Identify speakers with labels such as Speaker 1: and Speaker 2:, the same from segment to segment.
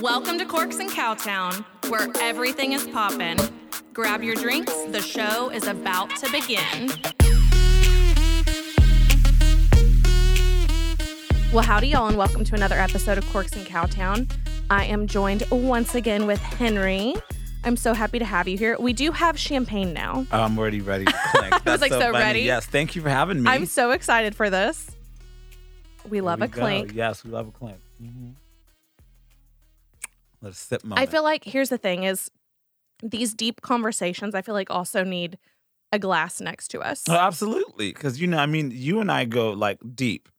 Speaker 1: Welcome to Corks and Cowtown, where everything is poppin'. Grab your drinks, the show is about to begin. Well, howdy, y'all, and welcome to another episode of Corks and Cowtown. I am joined once again with Henry. I'm so happy to have you here. We do have champagne now.
Speaker 2: Oh, I'm already ready to click. That's
Speaker 1: like, so
Speaker 2: funny.
Speaker 1: ready.
Speaker 2: Yes, thank you for having me.
Speaker 1: I'm so excited for this. We love
Speaker 2: Here
Speaker 1: a
Speaker 2: we go.
Speaker 1: clink.
Speaker 2: Yes, we love a clink. Mhm. Let us sip moment.
Speaker 1: I feel like here's the thing is these deep conversations I feel like also need a glass next to us.
Speaker 2: Oh, absolutely, because you know, I mean, you and I go like deep,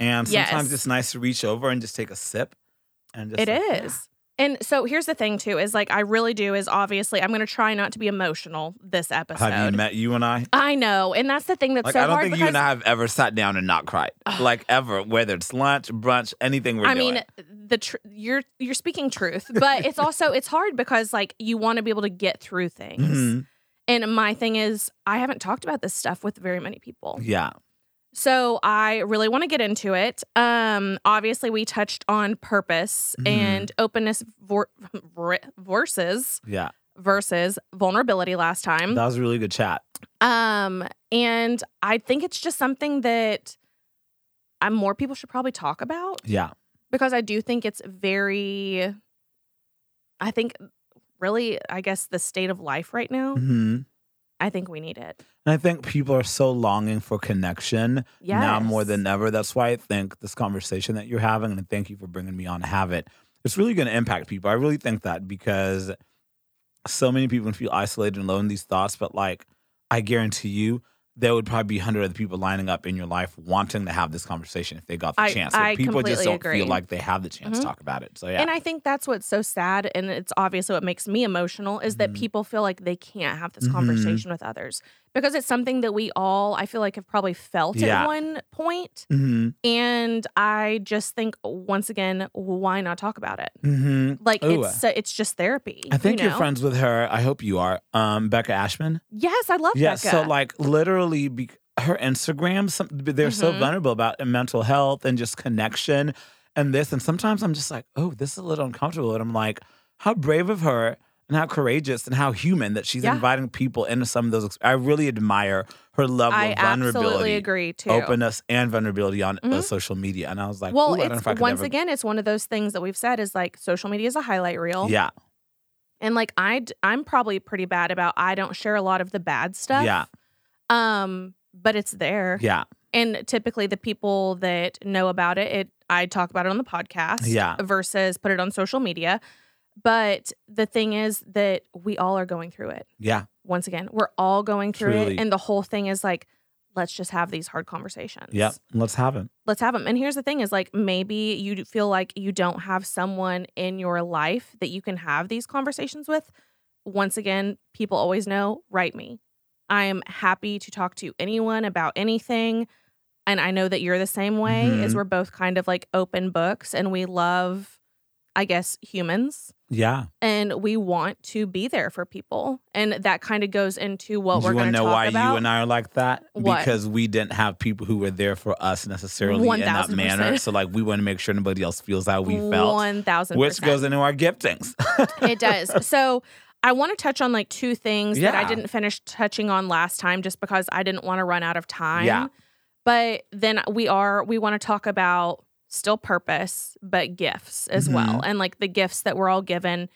Speaker 2: and sometimes
Speaker 1: Yes.
Speaker 2: it's nice to reach over and just take a sip. And just
Speaker 1: It
Speaker 2: like,
Speaker 1: is. And so here's the thing too is like I really do is obviously I'm going to try not to be emotional this episode.
Speaker 2: Have you met you and I?
Speaker 1: I know. And that's the thing that's
Speaker 2: Like,
Speaker 1: so
Speaker 2: I don't
Speaker 1: hard
Speaker 2: think
Speaker 1: because
Speaker 2: you and I have ever sat down and not cried, like ever. Whether it's lunch, brunch, anything we're
Speaker 1: I
Speaker 2: doing.
Speaker 1: mean the tr- you're you're speaking truth, but it's also it's hard because like you want to be able to get through things.
Speaker 2: Mhm.
Speaker 1: And my thing is I haven't talked about this stuff with very many people.
Speaker 2: yeah,
Speaker 1: So I really want to get into it. Um, obviously, we touched on purpose
Speaker 2: Mhm.
Speaker 1: and openness vor- ver- versus
Speaker 2: yeah,
Speaker 1: versus vulnerability last time.
Speaker 2: that was a really good chat.
Speaker 1: Um, and I think it's just something that uh, more people should probably talk about
Speaker 2: Yeah,
Speaker 1: because I do think it's very. I think really, I guess the state of life right now.
Speaker 2: hmm and
Speaker 1: I think we need it.
Speaker 2: I think people are so longing for connection.
Speaker 1: Yeah,
Speaker 2: now more than ever. That's why I think this conversation that you're having, and thank you for bringing me on to have it, it's really going to impact people. I really think that because so many people feel isolated and alone in these thoughts, but like I guarantee you, there would probably be 100 other people lining up in your life wanting to have this conversation if they got the
Speaker 1: I-
Speaker 2: chance. Like,
Speaker 1: I
Speaker 2: people just
Speaker 1: completely
Speaker 2: don't
Speaker 1: agree.
Speaker 2: feel like they have the chance
Speaker 1: Mhm.
Speaker 2: to talk about it. So, yeah.
Speaker 1: And I think that's what's so sad, and it's obviously what makes me emotional is that
Speaker 2: Mhm.
Speaker 1: people feel like they can't have this
Speaker 2: Mhm.
Speaker 1: conversation with others because it's something that we all, I feel like, have probably felt at
Speaker 2: Yeah.
Speaker 1: one point.
Speaker 2: hmm
Speaker 1: And I just think, once again, why not talk about it?
Speaker 2: hmm
Speaker 1: Like
Speaker 2: Ooh.
Speaker 1: it's so- it's just therapy.
Speaker 2: I think
Speaker 1: you know?
Speaker 2: you're friends with her. I hope you are. Um, Becca Ashman.
Speaker 1: Yes, I love
Speaker 2: Yeah,
Speaker 1: Becca.
Speaker 2: so like literally be- her Instagram, some, they're so
Speaker 1: Mhm.
Speaker 2: vulnerable about mental health and just connection and this. And sometimes I'm just like, oh, this is a little uncomfortable. And I'm like, how brave of her and how courageous and how human that she's
Speaker 1: Yeah.
Speaker 2: inviting people into some of those. ex- I really admire her level
Speaker 1: I
Speaker 2: of
Speaker 1: absolutely
Speaker 2: vulnerability,
Speaker 1: agree too.
Speaker 2: openness, and vulnerability on uh,
Speaker 1: Mhm.
Speaker 2: social media. And I was like,
Speaker 1: well,
Speaker 2: ooh, I don't know
Speaker 1: it's
Speaker 2: if I could
Speaker 1: once
Speaker 2: ever-
Speaker 1: again, it's one of those things that we've said is like social media is a highlight reel.
Speaker 2: yeah,
Speaker 1: And like I I'm probably pretty bad about I don't share a lot of the bad stuff.
Speaker 2: yeah,
Speaker 1: Um but it's there.
Speaker 2: yeah,
Speaker 1: And typically the people that know about it, it I talk about it on the podcast
Speaker 2: Yeah.
Speaker 1: versus put it on social media. But the thing is that we all are going through it.
Speaker 2: yeah.
Speaker 1: Once again, we're all going through
Speaker 2: Truly.
Speaker 1: it and the whole thing is like let's just have these hard conversations.
Speaker 2: Yep. Let's have it.
Speaker 1: Let's have them. And here's the thing is like maybe you feel like you don't have someone in your life that you can have these conversations with. Once again, people always know, write me. I am happy to talk to anyone about anything. And I know that you're the same way is
Speaker 2: Mhm.
Speaker 1: we're both kind of like open books and we love I guess humans
Speaker 2: Yeah.
Speaker 1: and we want to be there for people. And that kind of goes into what
Speaker 2: Do
Speaker 1: we're
Speaker 2: you
Speaker 1: going
Speaker 2: wanna
Speaker 1: to
Speaker 2: know
Speaker 1: talk
Speaker 2: why
Speaker 1: about.
Speaker 2: you and I are like that?
Speaker 1: What?
Speaker 2: Because we didn't have people who were there for us necessarily in that
Speaker 1: 1000%.
Speaker 2: manner. So like we want to make sure nobody else feels how we felt,
Speaker 1: 1000%.
Speaker 2: which goes into our giftings.
Speaker 1: it does. So I want to touch on like two things that I
Speaker 2: Yeah.
Speaker 1: didn't finish touching on last time just because I didn't want to run out of time.
Speaker 2: Yeah.
Speaker 1: But then we are we want to talk about still purpose but gifts as
Speaker 2: Mm-hmm.
Speaker 1: well and like the gifts that we're all given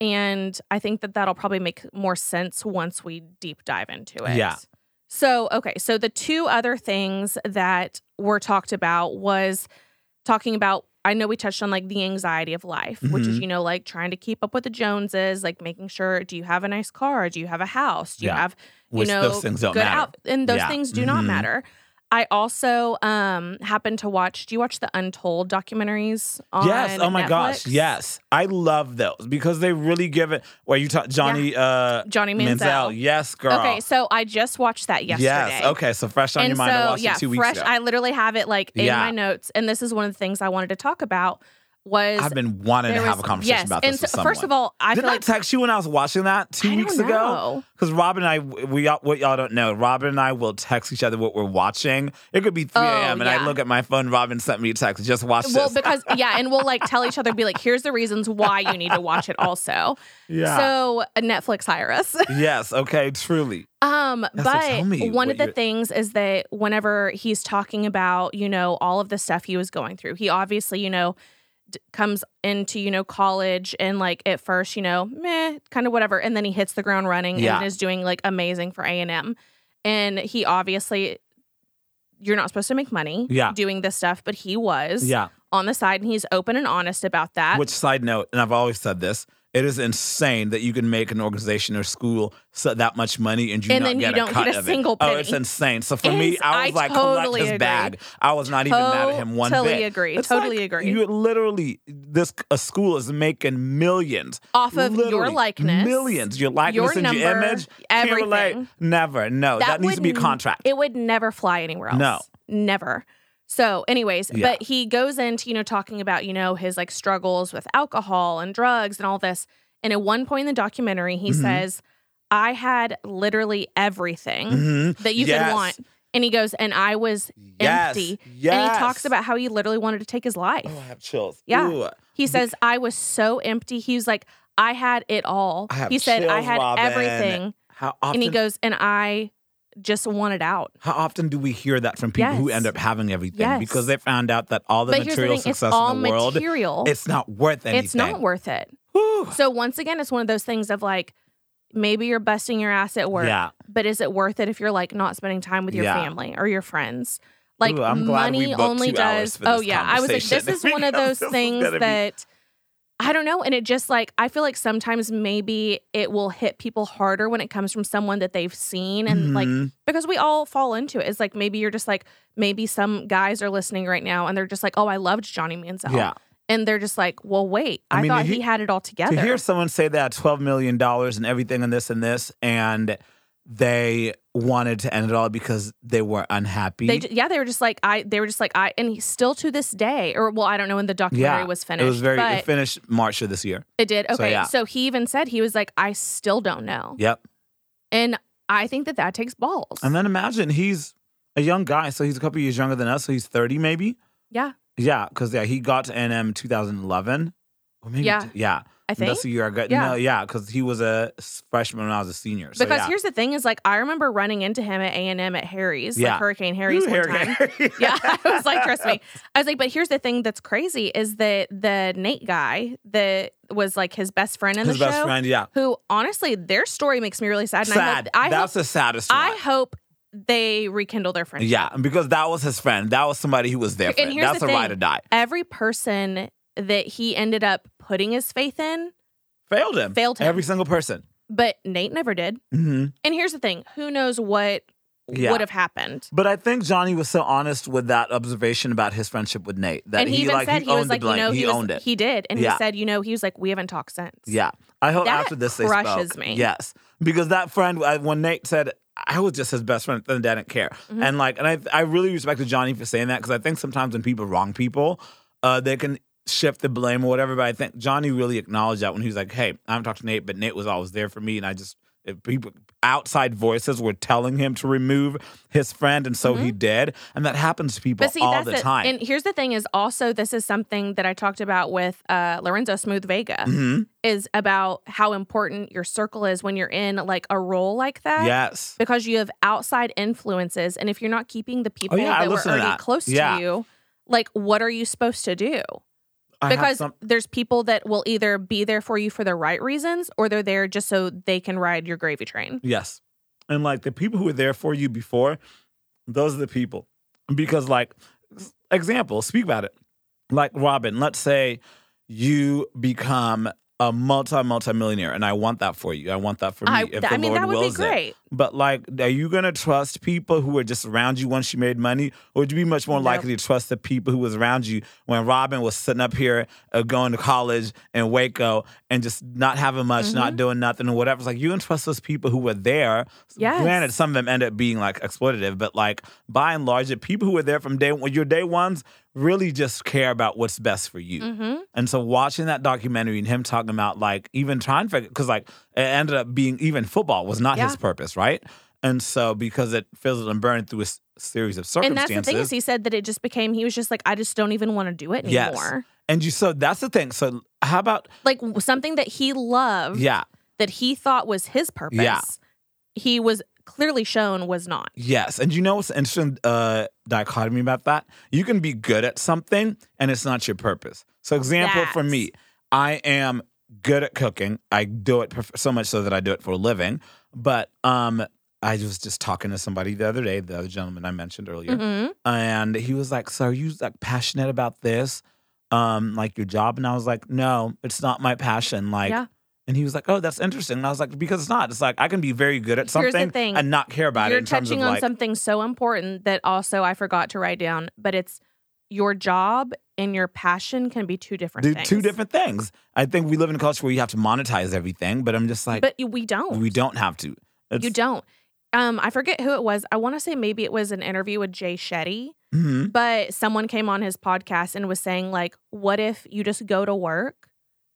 Speaker 1: and I think that that'll probably make more sense once we deep dive into it.
Speaker 2: Yeah.
Speaker 1: So, okay, so the two other things that were talked about was talking about I know we touched on like the anxiety of life, which is
Speaker 2: Mhm.
Speaker 1: you know like trying to keep up with the Joneses, like making sure do you have a nice car, do you have a house, do you
Speaker 2: Yeah.
Speaker 1: have you
Speaker 2: Which
Speaker 1: know
Speaker 2: those things don't
Speaker 1: good
Speaker 2: matter.
Speaker 1: out- and those
Speaker 2: Yeah.
Speaker 1: things do not
Speaker 2: Mhm.
Speaker 1: matter. I also um happened to watch. Do you watch the Untold documentaries? On
Speaker 2: yes. Oh my gosh.
Speaker 1: Netflix?
Speaker 2: Yes. I love those because they really give it where you talk Johnny uh
Speaker 1: Johnny Manziel.
Speaker 2: Manziel. Yes, girl.
Speaker 1: Okay, so I just watched that yesterday.
Speaker 2: Yes. Okay. So fresh on
Speaker 1: and
Speaker 2: your mind.
Speaker 1: so
Speaker 2: I watched
Speaker 1: yeah,
Speaker 2: it two weeks
Speaker 1: fresh.
Speaker 2: ago.
Speaker 1: I literally have it like in
Speaker 2: Yeah.
Speaker 1: my notes, and this is one of the things I wanted to talk about was
Speaker 2: I've been wanting to
Speaker 1: there
Speaker 2: have
Speaker 1: was-
Speaker 2: a conversation
Speaker 1: yes,
Speaker 2: about
Speaker 1: and
Speaker 2: this.
Speaker 1: so-
Speaker 2: with someone.
Speaker 1: first of all, I
Speaker 2: didn't
Speaker 1: feel
Speaker 2: I
Speaker 1: like
Speaker 2: text you when I was watching that two
Speaker 1: I
Speaker 2: weeks
Speaker 1: don't
Speaker 2: ago?
Speaker 1: know.
Speaker 2: Because Robin and I, we all, what y'all don't know, Robin and I will text each other what we're watching. It could be 3
Speaker 1: Oh,
Speaker 2: a.m. and I
Speaker 1: yeah.
Speaker 2: look at my phone. Robin sent me a text. Just watch
Speaker 1: Well,
Speaker 2: this.
Speaker 1: because yeah, and we'll like tell each other, be like, here's the reasons why you need to watch it. Also,
Speaker 2: yeah.
Speaker 1: so Netflix hire us.
Speaker 2: yes. Okay. Truly.
Speaker 1: Um,
Speaker 2: Yeah, so
Speaker 1: but
Speaker 2: tell me
Speaker 1: one
Speaker 2: what
Speaker 1: of the
Speaker 2: you're-
Speaker 1: things is that whenever he's talking about, you know, all of the stuff he was going through, he obviously, you know, d- comes into, you know, college and like at first, you know, meh, kind of whatever, and then he hits the ground running
Speaker 2: Yeah.
Speaker 1: and is doing like amazing for A and M, and he obviously, you're not supposed to make money,
Speaker 2: Yeah.
Speaker 1: doing this stuff, but he was,
Speaker 2: Yeah.
Speaker 1: on the side, and he's open and honest about that.
Speaker 2: Which side note, and I've always said this, it is insane that you can make an organization or school so that much money and you
Speaker 1: And
Speaker 2: not
Speaker 1: then you
Speaker 2: get
Speaker 1: don't
Speaker 2: a
Speaker 1: get
Speaker 2: cut
Speaker 1: a
Speaker 2: of
Speaker 1: single
Speaker 2: it. Oh,
Speaker 1: penny.
Speaker 2: it's insane. So for
Speaker 1: It
Speaker 2: me,
Speaker 1: is- I
Speaker 2: I was like,
Speaker 1: totally
Speaker 2: collect this
Speaker 1: agree.
Speaker 2: bag. I was not even mad at him one
Speaker 1: Totally
Speaker 2: bit.
Speaker 1: agree.
Speaker 2: It's
Speaker 1: Totally
Speaker 2: like
Speaker 1: agree.
Speaker 2: You literally, this a school is making millions
Speaker 1: off of your
Speaker 2: literally
Speaker 1: likeness,
Speaker 2: millions. Your likeness
Speaker 1: your
Speaker 2: and
Speaker 1: number,
Speaker 2: your image. Can't
Speaker 1: everything.
Speaker 2: relate. Never. No, that, needs to be a
Speaker 1: would-
Speaker 2: contract.
Speaker 1: It would never fly anywhere else.
Speaker 2: No.
Speaker 1: Never. So, anyways,
Speaker 2: Yeah.
Speaker 1: but he goes into, you know, talking about, you know, his like struggles with alcohol and drugs and all this. And at one point in the documentary, he
Speaker 2: Mhm.
Speaker 1: says, I had literally everything
Speaker 2: Mhm.
Speaker 1: that you
Speaker 2: Yes.
Speaker 1: could want. And he goes, and I was,
Speaker 2: Yes.
Speaker 1: empty.
Speaker 2: Yes.
Speaker 1: and he talks about how he literally wanted to take his life.
Speaker 2: Oh, I have chills.
Speaker 1: Yeah.
Speaker 2: Ooh.
Speaker 1: He says, I was so empty. He was like, I had it all.
Speaker 2: I have
Speaker 1: he said, I
Speaker 2: chills,
Speaker 1: had
Speaker 2: Robin.
Speaker 1: everything.
Speaker 2: How often
Speaker 1: And he goes, and I just wanted out.
Speaker 2: How often do we hear that from people who
Speaker 1: Yes.
Speaker 2: end up having everything
Speaker 1: Yes.
Speaker 2: because they found out that all the
Speaker 1: but here's the
Speaker 2: material
Speaker 1: thing it's
Speaker 2: success
Speaker 1: all
Speaker 2: in the world
Speaker 1: material.
Speaker 2: it's not worth anything.
Speaker 1: It's not worth it.
Speaker 2: Whew.
Speaker 1: So once again, it's one of those things of like, maybe you're busting your ass at work,
Speaker 2: Yeah,
Speaker 1: but is it worth it if you're like not spending time with your
Speaker 2: Yeah.
Speaker 1: family or your friends? Like
Speaker 2: Ooh, I'm glad we
Speaker 1: money
Speaker 2: booked
Speaker 1: only
Speaker 2: two
Speaker 1: does.
Speaker 2: hours for
Speaker 1: Oh
Speaker 2: this
Speaker 1: yeah, I was like, this
Speaker 2: conversation
Speaker 1: is one of
Speaker 2: because
Speaker 1: those
Speaker 2: this is
Speaker 1: things
Speaker 2: gonna be-
Speaker 1: that I don't know, and it just like I feel like sometimes maybe it will hit people harder when it comes from someone that they've seen and like
Speaker 2: Mhm.
Speaker 1: because we all fall into it. It's like maybe you're just like maybe some guys are listening right now and they're just like, oh, I loved Johnny Manziel.
Speaker 2: yeah.
Speaker 1: and they're just like, well, wait, I,
Speaker 2: I mean,
Speaker 1: thought
Speaker 2: to
Speaker 1: he,
Speaker 2: he-
Speaker 1: had it all together.
Speaker 2: To hear someone say that twelve million dollars and everything and this and this and they wanted to end it all because they were unhappy.
Speaker 1: they, ju- yeah, they were just like, I, they were just like, I, and he, still to this day, or well, I don't know when the documentary
Speaker 2: Yeah,
Speaker 1: was finished.
Speaker 2: it was very
Speaker 1: but
Speaker 2: it finished March of this year.
Speaker 1: it did. Okay,
Speaker 2: so,
Speaker 1: so,
Speaker 2: yeah.
Speaker 1: he even said he was like, I still don't know,
Speaker 2: Yep.
Speaker 1: and I think that that takes balls.
Speaker 2: And then imagine he's a young guy, so he's a couple years younger than us, so he's thirty maybe.
Speaker 1: yeah,
Speaker 2: Yeah, because yeah, he got to NM 2011. Or maybe
Speaker 1: Yeah.
Speaker 2: yeah.
Speaker 1: I think
Speaker 2: That's the year I got.
Speaker 1: Yeah.
Speaker 2: No, yeah, because he was a s- freshman when I was a senior. So,
Speaker 1: because
Speaker 2: yeah.
Speaker 1: here's the thing: is like I remember running into him at A and M at Harry's,
Speaker 2: Yeah.
Speaker 1: like Hurricane Harry's
Speaker 2: You
Speaker 1: one time.
Speaker 2: haircut.
Speaker 1: yeah, I was like, trust me. I was like, but here's the thing that's crazy is that the Nate guy that was like his best friend in
Speaker 2: His
Speaker 1: the
Speaker 2: best
Speaker 1: show,
Speaker 2: friend, yeah.
Speaker 1: who honestly, their story makes me really sad. And
Speaker 2: Sad.
Speaker 1: I hope, I hope,
Speaker 2: That's the saddest
Speaker 1: I
Speaker 2: one.
Speaker 1: hope they rekindle their friendship.
Speaker 2: yeah, because that was his friend. That was somebody who was there.
Speaker 1: And
Speaker 2: For him.
Speaker 1: here's
Speaker 2: That's
Speaker 1: the
Speaker 2: a ride
Speaker 1: thing.
Speaker 2: or die.
Speaker 1: Every person that he ended up putting his faith in,
Speaker 2: Failed him.
Speaker 1: Failed him.
Speaker 2: Every single person.
Speaker 1: but Nate never did.
Speaker 2: hmm
Speaker 1: And here's the thing: who knows what
Speaker 2: Yeah.
Speaker 1: would have happened?
Speaker 2: But I think Johnny was so honest with that observation about his friendship with Nate that
Speaker 1: and he, even
Speaker 2: like
Speaker 1: said
Speaker 2: he
Speaker 1: he
Speaker 2: owned
Speaker 1: was
Speaker 2: the
Speaker 1: like,
Speaker 2: blame.
Speaker 1: you know,
Speaker 2: he,
Speaker 1: was-
Speaker 2: owned it.
Speaker 1: He did, and
Speaker 2: Yeah.
Speaker 1: he said, you know, he was like, we haven't talked since.
Speaker 2: Yeah, I hope
Speaker 1: That
Speaker 2: after this they
Speaker 1: crushes
Speaker 2: spoke.
Speaker 1: me.
Speaker 2: Yes, because that friend uh, when Nate said I was just his best friend, then I didn't care,
Speaker 1: Mhm.
Speaker 2: and like, and I I really respected Johnny for saying that because I think sometimes when people wrong people, uh, they can shift the blame or whatever. But I think Johnny really acknowledged that when he was like, "Hey, I haven't talked to Nate, but Nate was always there for me, and I just." If people outside voices were telling him to remove his friend, and so he did, and that happens to people
Speaker 1: Mm-hmm. But see,
Speaker 2: all
Speaker 1: that's
Speaker 2: the
Speaker 1: it.
Speaker 2: time.
Speaker 1: And here's the thing: is also this is something that I talked about with uh, Lorenzo Smooth Vega
Speaker 2: Mhm.
Speaker 1: is about how important your circle is when you're in like a role like that.
Speaker 2: Yes,
Speaker 1: Because you have outside influences, and if you're not keeping the people
Speaker 2: Oh, yeah, I
Speaker 1: that were
Speaker 2: listen to
Speaker 1: already
Speaker 2: that.
Speaker 1: close
Speaker 2: Yeah.
Speaker 1: to you, like what are you supposed to do?
Speaker 2: I have
Speaker 1: Because
Speaker 2: some-
Speaker 1: there's people that will either be there for you for the right reasons, or they're there just so they can ride your gravy train.
Speaker 2: Yes. And like the people who were there for you before, those are the people. Because, like, s- example, speak about it. Like, Robin, let's say you become a multi, multi millionaire, and I want that for you. I want that for me.
Speaker 1: I,
Speaker 2: if
Speaker 1: I
Speaker 2: the
Speaker 1: mean,
Speaker 2: Lord
Speaker 1: that would be
Speaker 2: wills it.
Speaker 1: great.
Speaker 2: But, like, are you going to trust people who were just around you once you made money? Or would you be much more
Speaker 1: Nope.
Speaker 2: likely to trust the people who was around you when Robin was sitting up here uh, going to college in Waco and just not having much, not doing nothing or whatever? It's like, you can trust those people who were there.
Speaker 1: Yes.
Speaker 2: Granted, some of them end up being like exploitative, but like by and large, the people who were there from day one, your day ones really just care about what's best for you.
Speaker 1: Mm-hmm.
Speaker 2: And so watching that documentary and him talking about like even trying to figure because like it ended up being even football was not his
Speaker 1: Yeah.
Speaker 2: purpose, right? And so because it fizzled and burned through a s- series of
Speaker 1: And
Speaker 2: circumstances.
Speaker 1: that's the thing is, he said that it just became. He was just like, I just don't even want to do it
Speaker 2: Yes.
Speaker 1: anymore.
Speaker 2: and you so that's the thing. So how about
Speaker 1: Like w- something that he loved,
Speaker 2: yeah,
Speaker 1: that he thought was his purpose.
Speaker 2: Yeah.
Speaker 1: He was clearly shown was not.
Speaker 2: yes. And you know what's an interesting uh dichotomy about that? You can be good at something and it's not your purpose. So example for
Speaker 1: That's-
Speaker 2: me, I am good at cooking. I do it prof- so much so that I do it for a living. But um, I was just talking to somebody the other day, the other gentleman I mentioned earlier,
Speaker 1: Mhm.
Speaker 2: and he was like, "So are you like passionate about this, um, like your job?" And I was like, "No, it's not my passion." Like,
Speaker 1: Yeah.
Speaker 2: and he was like, "Oh, that's interesting." And I was like, "Because it's not. It's like I can be very good at
Speaker 1: Here's the
Speaker 2: something
Speaker 1: thing.
Speaker 2: and not care about it
Speaker 1: You're
Speaker 2: in terms of
Speaker 1: touching on
Speaker 2: like,
Speaker 1: something so important that also I forgot to write down, but it's your job and your passion can be two different
Speaker 2: do
Speaker 1: things.
Speaker 2: two different things." I think we live in a culture where you have to monetize everything, but I'm just like,
Speaker 1: but you- we don't.
Speaker 2: we don't have to. It's,
Speaker 1: you don't. Um, I forget who it was. I want to say maybe it was an interview with Jay Shetty,
Speaker 2: Mhm.
Speaker 1: but someone came on his podcast and was saying like, "What if you just go to work,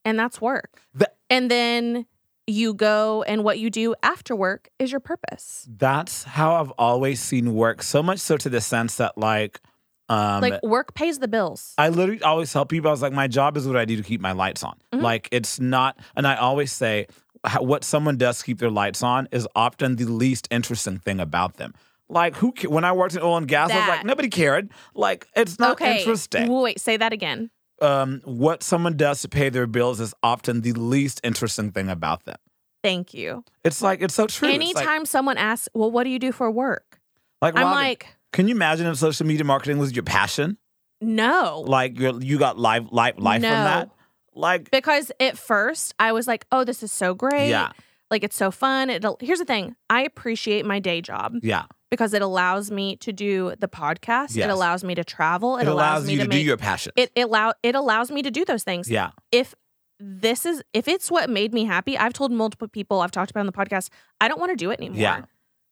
Speaker 1: and that's work,
Speaker 2: The-
Speaker 1: and then you go and what you do after work is your purpose."
Speaker 2: That's how I've always seen work. So much so to the sense that like, um,
Speaker 1: like work pays the bills.
Speaker 2: I literally always tell people, I was like, my job is what I do to keep my lights on.
Speaker 1: Mhm.
Speaker 2: Like, it's not, and I always say, h- what someone does to keep their lights on is often the least interesting thing about them. Like, who, ca- when I worked in oil and gas, I was like,
Speaker 1: That.
Speaker 2: nobody cared. Like, it's not
Speaker 1: okay,
Speaker 2: interesting.
Speaker 1: Wait, say that again.
Speaker 2: Um, what someone does to pay their bills is often the least interesting thing about them.
Speaker 1: Thank you.
Speaker 2: It's like, it's so true. It's
Speaker 1: Anytime someone asks, "Well, what do you do for work?"
Speaker 2: like, like,
Speaker 1: I'm
Speaker 2: Robin,
Speaker 1: like,
Speaker 2: can you imagine if social media marketing was your passion?
Speaker 1: "No."
Speaker 2: Like, you're, you got life, life, life
Speaker 1: No.
Speaker 2: from that? Like,
Speaker 1: Because at first I was like, "Oh, this is so great."
Speaker 2: yeah,
Speaker 1: Like it's so fun. It'll, here's the thing. I appreciate my day job.
Speaker 2: yeah.
Speaker 1: because it allows me to do the podcast.
Speaker 2: Yes.
Speaker 1: It allows me to travel. It,
Speaker 2: it allows,
Speaker 1: me
Speaker 2: you to,
Speaker 1: make,
Speaker 2: do your passion.
Speaker 1: it it allow it allows me to do those things.
Speaker 2: yeah,
Speaker 1: If this is if it's what made me happy, I've told multiple people I've talked about on the podcast, I don't want to do it anymore.
Speaker 2: Yeah.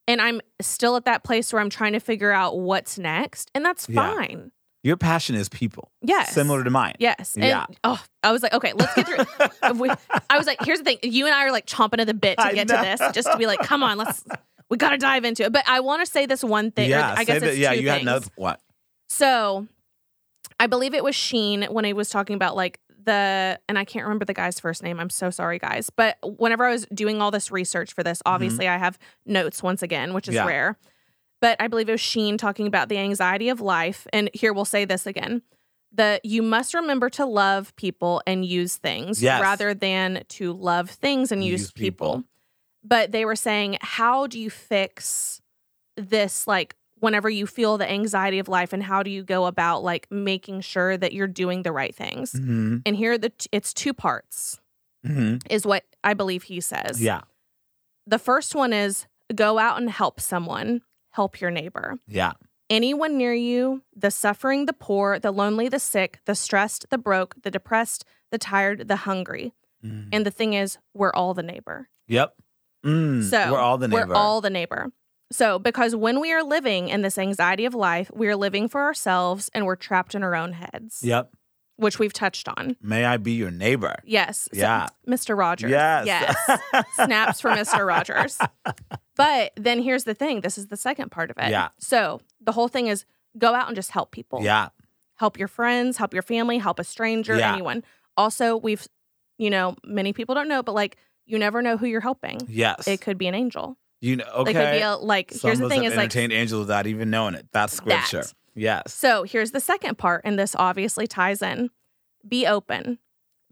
Speaker 1: And I'm still at that place where I'm trying to figure out what's next, and that's
Speaker 2: Yeah.
Speaker 1: fine.
Speaker 2: your passion is people.
Speaker 1: Yes.
Speaker 2: similar to mine.
Speaker 1: Yes. And,
Speaker 2: Yeah.
Speaker 1: Oh, I was like, okay, let's get through. we- I was like, here's the thing. You and I are like chomping at the bit to
Speaker 2: I
Speaker 1: get
Speaker 2: know.
Speaker 1: to this, just to be like, come on, let's. We gotta dive into it. But I want to say this one thing. or
Speaker 2: yeah,
Speaker 1: I guess
Speaker 2: say
Speaker 1: it's
Speaker 2: that- yeah.
Speaker 1: two
Speaker 2: You had
Speaker 1: things.
Speaker 2: another what?
Speaker 1: So I believe it was Sheen when he was talking about like the, and I can't remember the guy's first name. I'm so sorry, guys. But whenever I was doing all this research for this, obviously I have notes once again, which is
Speaker 2: Mm-hmm. Yeah.
Speaker 1: rare. But I believe it was Sheen talking about the anxiety of life. And here we'll say this again the you must remember to love people and use things
Speaker 2: Yes.
Speaker 1: rather than to love things and use,
Speaker 2: Use people.
Speaker 1: people. But they were saying, how do you fix this like whenever you feel the anxiety of life and how do you go about like making sure that you're doing the right things
Speaker 2: hmm
Speaker 1: and here are the t- it's two parts
Speaker 2: hmm
Speaker 1: is what i believe he says
Speaker 2: Yeah,
Speaker 1: the first one is go out and help someone help your neighbor
Speaker 2: yeah,
Speaker 1: anyone near you the suffering the poor the lonely the sick the stressed the broke the depressed the tired the hungry
Speaker 2: Mhm.
Speaker 1: and the thing is we're all the neighbor
Speaker 2: yep. Mm,
Speaker 1: so
Speaker 2: we're all the neighbor.
Speaker 1: We're all the neighbor. So because when we are living in this anxiety of life, we are living for ourselves and we're trapped in our own heads,
Speaker 2: yep.
Speaker 1: which we've touched on.
Speaker 2: May I be your neighbor?
Speaker 1: Yes. So-
Speaker 2: Yeah.
Speaker 1: Mr. Rogers.
Speaker 2: Yes.
Speaker 1: Yes. Snaps for Mr. Rogers. But then here's the thing. This is the second part of it.
Speaker 2: Yeah.
Speaker 1: So the whole thing is go out and just help people.
Speaker 2: Yeah,
Speaker 1: Help your friends, help your family, help a stranger,
Speaker 2: Yeah.
Speaker 1: anyone. Also, we've, you know, many people don't know, but like you never know who you're helping.
Speaker 2: yes.
Speaker 1: It could be an angel.
Speaker 2: you know, okay.
Speaker 1: It could be a like.
Speaker 2: Some
Speaker 1: here's
Speaker 2: of
Speaker 1: the
Speaker 2: us
Speaker 1: thing:
Speaker 2: have
Speaker 1: is like.
Speaker 2: entertained angels without even knowing it. That's
Speaker 1: That.
Speaker 2: scripture. Yes.
Speaker 1: So here's the second part, and this obviously ties in. Be open.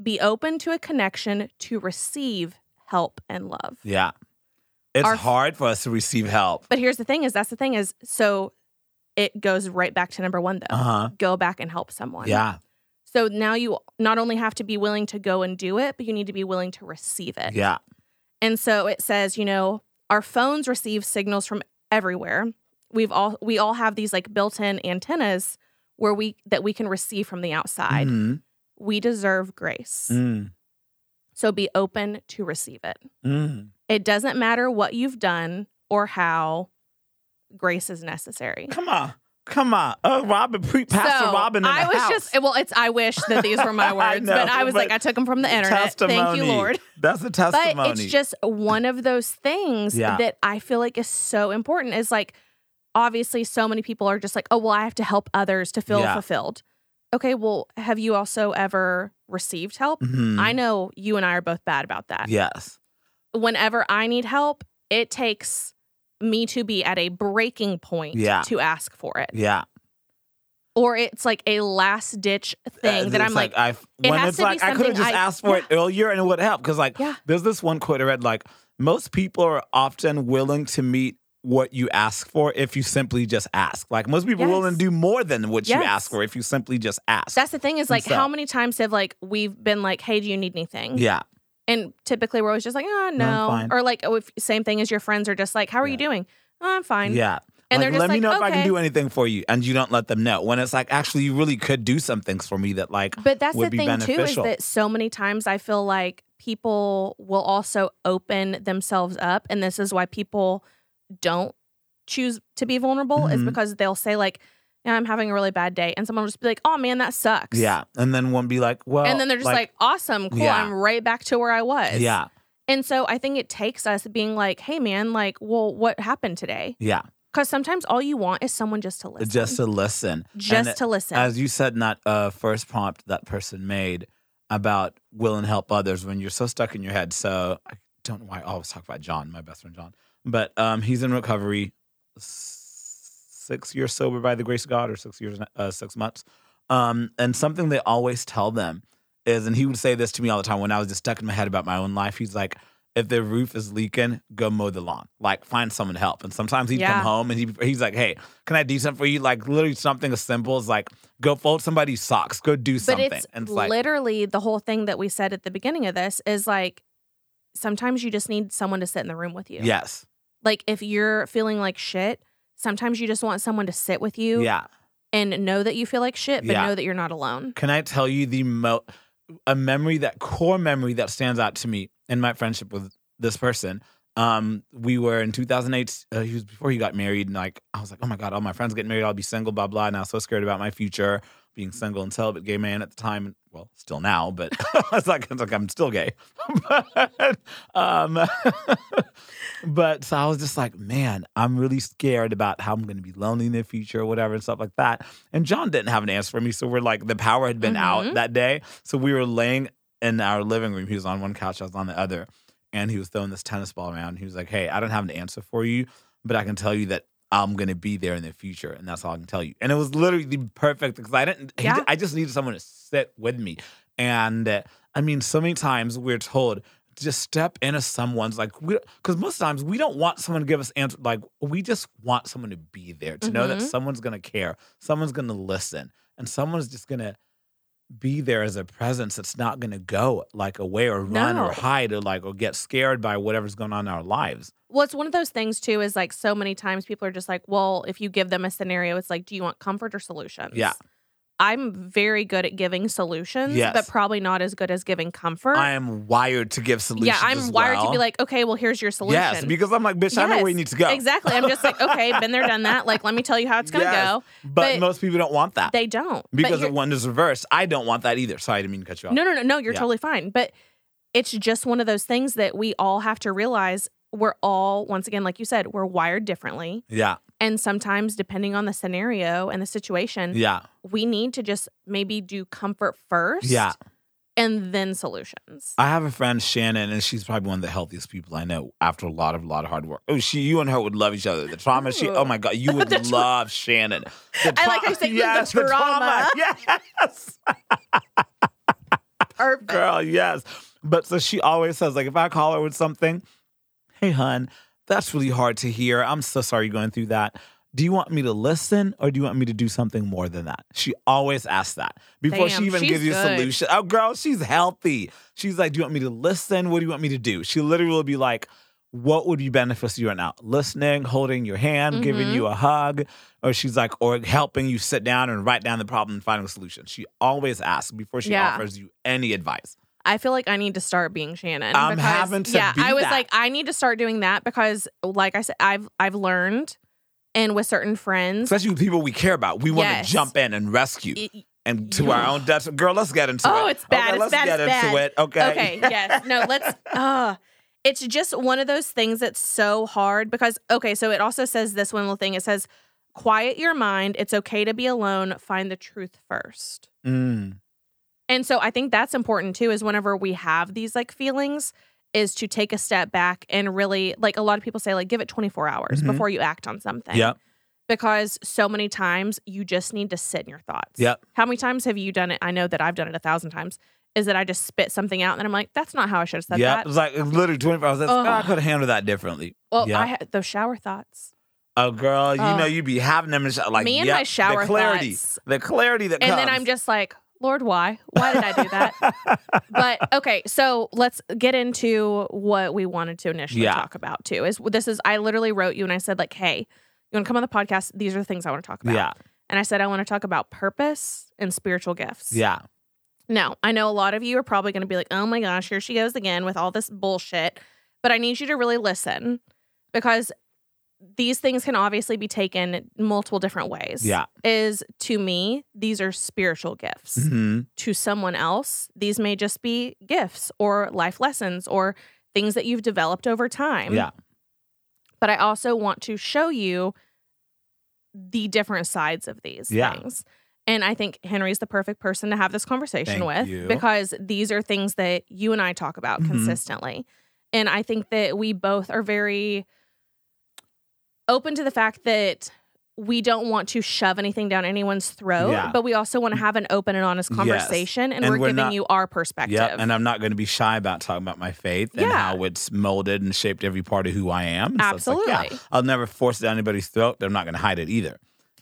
Speaker 1: Be open to a connection to receive help and love.
Speaker 2: Yeah. It's
Speaker 1: Our-
Speaker 2: hard for us to receive help.
Speaker 1: But here's the thing: is that's the thing is so it goes right back to number one though.
Speaker 2: Uh huh.
Speaker 1: Go back and help someone.
Speaker 2: Yeah.
Speaker 1: So now you not only have to be willing to go and do it, but you need to be willing to receive it.
Speaker 2: Yeah.
Speaker 1: And so it says, you know, our phones receive signals from everywhere. We've all we all have these like built-in antennas where we that we can receive from the outside.
Speaker 2: Mhm.
Speaker 1: We deserve grace.
Speaker 2: Mm.
Speaker 1: So be open to receive it.
Speaker 2: Mm.
Speaker 1: It doesn't matter what you've done or how grace is necessary.
Speaker 2: Come on. Come on, oh Robin, pre- Pastor
Speaker 1: so
Speaker 2: Robin. In
Speaker 1: I
Speaker 2: the
Speaker 1: was
Speaker 2: house.
Speaker 1: just well. It's I wish that these were my
Speaker 2: I
Speaker 1: words,
Speaker 2: know,
Speaker 1: but I was
Speaker 2: but
Speaker 1: like I took them from the internet. Thank
Speaker 2: Testimony.
Speaker 1: you, Lord.
Speaker 2: That's a
Speaker 1: But
Speaker 2: testimony.
Speaker 1: it's just one of those things
Speaker 2: Yeah.
Speaker 1: that I feel like is so important. Is like obviously so many people are just like, oh well, I have to help others to feel
Speaker 2: Yeah.
Speaker 1: fulfilled. Okay, well, have you also ever received help?
Speaker 2: Mhm.
Speaker 1: I know you and I are both bad about that.
Speaker 2: yes,
Speaker 1: Whenever I need help, it takes me to be at a breaking point
Speaker 2: Yeah.
Speaker 1: to ask for it.
Speaker 2: yeah.
Speaker 1: Or it's like a last ditch thing
Speaker 2: Uh,
Speaker 1: that
Speaker 2: it's
Speaker 1: I'm like,
Speaker 2: I've,
Speaker 1: it
Speaker 2: when
Speaker 1: has
Speaker 2: it's
Speaker 1: to be
Speaker 2: like I could
Speaker 1: something
Speaker 2: have just
Speaker 1: I-
Speaker 2: asked for it earlier and it would help because like
Speaker 1: Yeah.
Speaker 2: there's this one quote I read like most people are often willing to meet what you ask for if you simply just ask. Like most people are willing
Speaker 1: Yes.
Speaker 2: to do more than what you
Speaker 1: Yes.
Speaker 2: ask for if you simply just ask.
Speaker 1: that's the thing is like,
Speaker 2: uh, So-
Speaker 1: how many times have like we've been like, hey, do you need anything?
Speaker 2: yeah,
Speaker 1: And typically we're always just like, oh,
Speaker 2: No, I'm
Speaker 1: no.
Speaker 2: fine.
Speaker 1: or like, oh, if, same thing as your friends are just like, how are you
Speaker 2: Yeah.
Speaker 1: doing? Oh, I'm fine.
Speaker 2: yeah.
Speaker 1: And
Speaker 2: like,
Speaker 1: they're just
Speaker 2: let me
Speaker 1: like,
Speaker 2: know
Speaker 1: okay.
Speaker 2: if I can do anything for you, and you don't let them know. When it's like, actually, you really could do some things for me that, like,
Speaker 1: But that's
Speaker 2: would
Speaker 1: the
Speaker 2: be
Speaker 1: thing too is
Speaker 2: beneficial.
Speaker 1: that so many times I feel like people will also open themselves up and this is why people don't choose to be vulnerable is
Speaker 2: Mhm.
Speaker 1: because they'll say like yeah, I'm having a really bad day and someone will just be like, "Oh man, that sucks."
Speaker 2: yeah. And then one be like, well,
Speaker 1: and then they're just like, "Awesome, cool.
Speaker 2: Yeah.
Speaker 1: I'm right back to where I was."
Speaker 2: yeah,
Speaker 1: And so I think it takes us being like, "Hey man, like, well, what happened today?"
Speaker 2: yeah,
Speaker 1: Cuz sometimes all you want is someone just to listen.
Speaker 2: just to listen.
Speaker 1: Just
Speaker 2: and
Speaker 1: to listen.
Speaker 2: As you said, in that uh, first prompt that person made about will and help others when you're so stuck in your head. So I don't know why I always talk about John, my best friend John, but um, he's in recovery, s- six years sober by the grace of God, or six years, uh, six months. Um, and something they always tell them is, and he would say this to me all the time when I was just stuck in my head about my own life. He's like, if the roof is leaking, go mow the lawn. Like, find someone to help. And sometimes he'd
Speaker 1: Yeah.
Speaker 2: come home and he, he's like, hey, can I do something for you? Like, literally something as simple as like, go fold somebody's socks, go do something.
Speaker 1: But it's,
Speaker 2: and it's like,
Speaker 1: literally the whole thing that we said at the beginning of this is like sometimes you just need someone to sit in the room with you.
Speaker 2: yes.
Speaker 1: Like if you're feeling like shit, sometimes you just want someone to sit with you
Speaker 2: Yeah.
Speaker 1: and know that you feel like shit, but
Speaker 2: Yeah.
Speaker 1: know that you're not alone.
Speaker 2: Can I tell you the mo a memory that core memory that stands out to me in my friendship with this person? Um, we were in 2008. Uh, he was before he got married, and like I was like, oh my god, all my friends get married, I'll be single, blah blah. And I was so scared about my future, being single and celibate gay man at the time. and- Well, still now, but it's like it's like I'm still gay. but, um, but so I was just like, man, I'm really scared about how I'm going to be lonely in the future, or whatever, and stuff like that. And John didn't have an answer for me. So we're like, the power had been
Speaker 1: Mhm.
Speaker 2: out that day. So we were laying in our living room. He was on one couch, I was on the other. And he was throwing this tennis ball around. He was like, hey, I don't have an answer for you, but I can tell you that I'm going to be there in the future. And that's all I can tell you. And it was literally the perfect because I didn't, he-
Speaker 1: Yeah.
Speaker 2: I just needed someone to sit with me. And uh, I mean, so many times we're told, just step into someone's like we because most times we don't want someone to give us answers like we just want someone to be there to know that
Speaker 1: Mhm.
Speaker 2: someone's gonna care someone's gonna listen and someone's just gonna be there as a presence that's not gonna go like away or run
Speaker 1: No.
Speaker 2: or hide or like or get scared by whatever's going on in our lives
Speaker 1: Well, it's one of those things too is like so many times people are just like, well, if you give them a scenario, it's like, do you want comfort or solutions?
Speaker 2: Yeah.
Speaker 1: I'm very good at giving solutions,
Speaker 2: Yes.
Speaker 1: but probably not as good as giving comfort.
Speaker 2: i am wired to give solutions
Speaker 1: yeah,
Speaker 2: as
Speaker 1: I'm wired to
Speaker 2: well.
Speaker 1: be like, okay, well, here's your solution.
Speaker 2: yes because i'm like bitch i know where
Speaker 1: Yes,
Speaker 2: you need to go
Speaker 1: Exactly. I'm just like, okay, been there, done that. Like, let me tell you how it's going to
Speaker 2: Yes.
Speaker 1: go.
Speaker 2: but,
Speaker 1: but-
Speaker 2: most people don't want that
Speaker 1: They don't. But
Speaker 2: because
Speaker 1: you're-
Speaker 2: it one is reversed i don't want that either sorry i didn't mean to cut you off
Speaker 1: no, no, no, no, you're
Speaker 2: Yeah.
Speaker 1: totally fine. But it's just one of those things that we all have to realize we're all, once again, like you said, we're wired differently.
Speaker 2: yeah
Speaker 1: And sometimes, depending on the scenario and the situation,
Speaker 2: yeah
Speaker 1: we need to just maybe do comfort first
Speaker 2: Yeah.
Speaker 1: and then solutions.
Speaker 2: I have a friend Shannon, and she's probably one of the healthiest people I know. After a lot of lot of hard work, oh, she, you and her would love each other. The trauma, she, oh my god, you would
Speaker 1: The tra-
Speaker 2: love Shannon. The
Speaker 1: I like how you say the trauma.
Speaker 2: yes,
Speaker 1: Perfect.
Speaker 2: girl, yes. But so she always says, like, if I call her with something, hey, hun, that's really hard to hear. I'm so sorry you're going through that. Do you want me to listen or do you want me to do something more than that? She always asks that before
Speaker 1: Damn,
Speaker 2: she even
Speaker 1: she's
Speaker 2: gives you
Speaker 1: good.
Speaker 2: a solution. Oh, girl, she's healthy. She's like, Do you want me to listen? What do you want me to do? She literally will be like, What would be beneficial to you right now? Listening, holding your hand, giving
Speaker 1: Mhm.
Speaker 2: you a hug, or she's like, or helping you sit down and write down the problem and finding a solution. She always asks before she
Speaker 1: Yeah.
Speaker 2: offers you any advice.
Speaker 1: I feel like I need to start being Shannon.
Speaker 2: I'm having to
Speaker 1: Yeah,
Speaker 2: be
Speaker 1: I was
Speaker 2: that.
Speaker 1: like, I need to start doing that because, like I said, I've I've learned and with certain friends.
Speaker 2: especially with people we care about. We want
Speaker 1: Yes.
Speaker 2: to jump in and rescue
Speaker 1: it-
Speaker 2: and to our own death. Girl, let's get into it.
Speaker 1: Oh, it's bad,
Speaker 2: Okay,
Speaker 1: it's
Speaker 2: let's
Speaker 1: bad,
Speaker 2: get
Speaker 1: it's
Speaker 2: into
Speaker 1: bad.
Speaker 2: it. Okay.
Speaker 1: Okay, yes. No, let's uh it's just one of those things that's so hard because okay, so it also says this one little thing. It says quiet your mind. It's okay to be alone. Find the truth first.
Speaker 2: Mm.
Speaker 1: And so I think that's important too is whenever we have these like feelings is to take a step back and really like a lot of people say like give it 24 hours
Speaker 2: Mhm.
Speaker 1: before you act on something.
Speaker 2: Yep.
Speaker 1: Because so many times you just need to sit in your thoughts.
Speaker 2: Yep.
Speaker 1: How many times have you done it? I know that I've done it a thousand times. Is that I just spit something out and then I'm like, that's not how I should have said
Speaker 2: yep. It
Speaker 1: that.
Speaker 2: was like literally 24 hours. That's,
Speaker 1: Ugh.
Speaker 2: I could have handled that differently.
Speaker 1: Well,
Speaker 2: Yeah.
Speaker 1: I had those shower thoughts.
Speaker 2: Oh, girl, you
Speaker 1: Ugh.
Speaker 2: know you'd be having them in the sh- like
Speaker 1: Me and
Speaker 2: yep,
Speaker 1: my shower
Speaker 2: the clarity,
Speaker 1: thoughts.
Speaker 2: the clarity that
Speaker 1: And
Speaker 2: comes.
Speaker 1: then I'm just like, Lord, why? Why did I do that? but okay, so let's get into what we wanted to initially
Speaker 2: Yeah.
Speaker 1: talk about too. Is this is I literally wrote you and I said like, hey, you want to come on the podcast? These are the things I want to talk about.
Speaker 2: yeah,
Speaker 1: And I said I want to talk about purpose and spiritual gifts.
Speaker 2: yeah,
Speaker 1: Now I know a lot of you are probably going to be like, oh my gosh, here she goes again with all this bullshit. But I need you to really listen because these things can obviously be taken multiple different ways.
Speaker 2: yeah.
Speaker 1: Is to me, these are spiritual gifts
Speaker 2: hmm
Speaker 1: to someone else, these may just be gifts or life lessons or things that you've developed over time.
Speaker 2: Mm-hmm. Yeah.
Speaker 1: But I also want to show you the different sides of these
Speaker 2: Yeah.
Speaker 1: things. And I think Henry's the perfect person to have this conversation
Speaker 2: Thank
Speaker 1: with
Speaker 2: you.
Speaker 1: because these are things that you and I talk about
Speaker 2: Mhm.
Speaker 1: consistently. And I think that we both are very open to the fact that we don't want to shove anything down anyone's throat,
Speaker 2: Yeah. Mm.
Speaker 1: but we also want to have an open and honest
Speaker 2: Yes.
Speaker 1: conversation and,
Speaker 2: And
Speaker 1: we're,
Speaker 2: we're
Speaker 1: giving
Speaker 2: not-
Speaker 1: you our perspective.
Speaker 2: Yep, and I'm not going to be shy about talking about my faith and
Speaker 1: Yeah.
Speaker 2: how it's molded and shaped every part of who I am. And so it's like,
Speaker 1: Absolutely.
Speaker 2: yeah, I'll never force it down anybody's throat. but I'm not going to hide it either.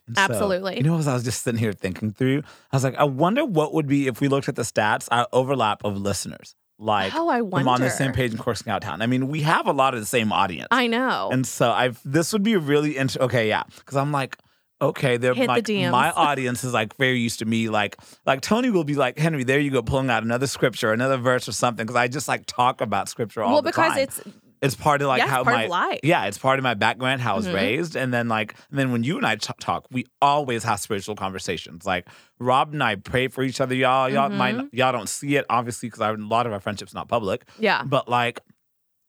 Speaker 2: And so,
Speaker 1: Absolutely.
Speaker 2: you know, as I was just sitting here thinking through, I was like, I wonder what would be if we looked at the stats, our overlap of listeners. Like,
Speaker 1: oh, I
Speaker 2: I'm
Speaker 1: wonder.
Speaker 2: on the same page in Corsican Town. I mean, we have a lot of the same audience.
Speaker 1: I know.
Speaker 2: And so I've this would be a really interesting. Okay, yeah, because I'm like, okay, they're
Speaker 1: Hit the
Speaker 2: like
Speaker 1: DMs.
Speaker 2: my audience is like very used to me. Like, like Tony will be like, Henry, there you go, pulling out another scripture, another verse or something, because I just like talk about scripture all
Speaker 1: well,
Speaker 2: the
Speaker 1: because
Speaker 2: time.
Speaker 1: it's
Speaker 2: it's part of like
Speaker 1: yeah, it's
Speaker 2: how
Speaker 1: part
Speaker 2: my
Speaker 1: of life.
Speaker 2: yeah, it's part of my background, how I was
Speaker 1: Mhm.
Speaker 2: raised, and then like, and then when you and I t- talk, we always have spiritual conversations. Like Rob and I pray for each other, y'all. Y'all
Speaker 1: Mm-hmm.
Speaker 2: might y'all don't see it obviously because a lot of our friendship's not public,
Speaker 1: Yeah.
Speaker 2: but like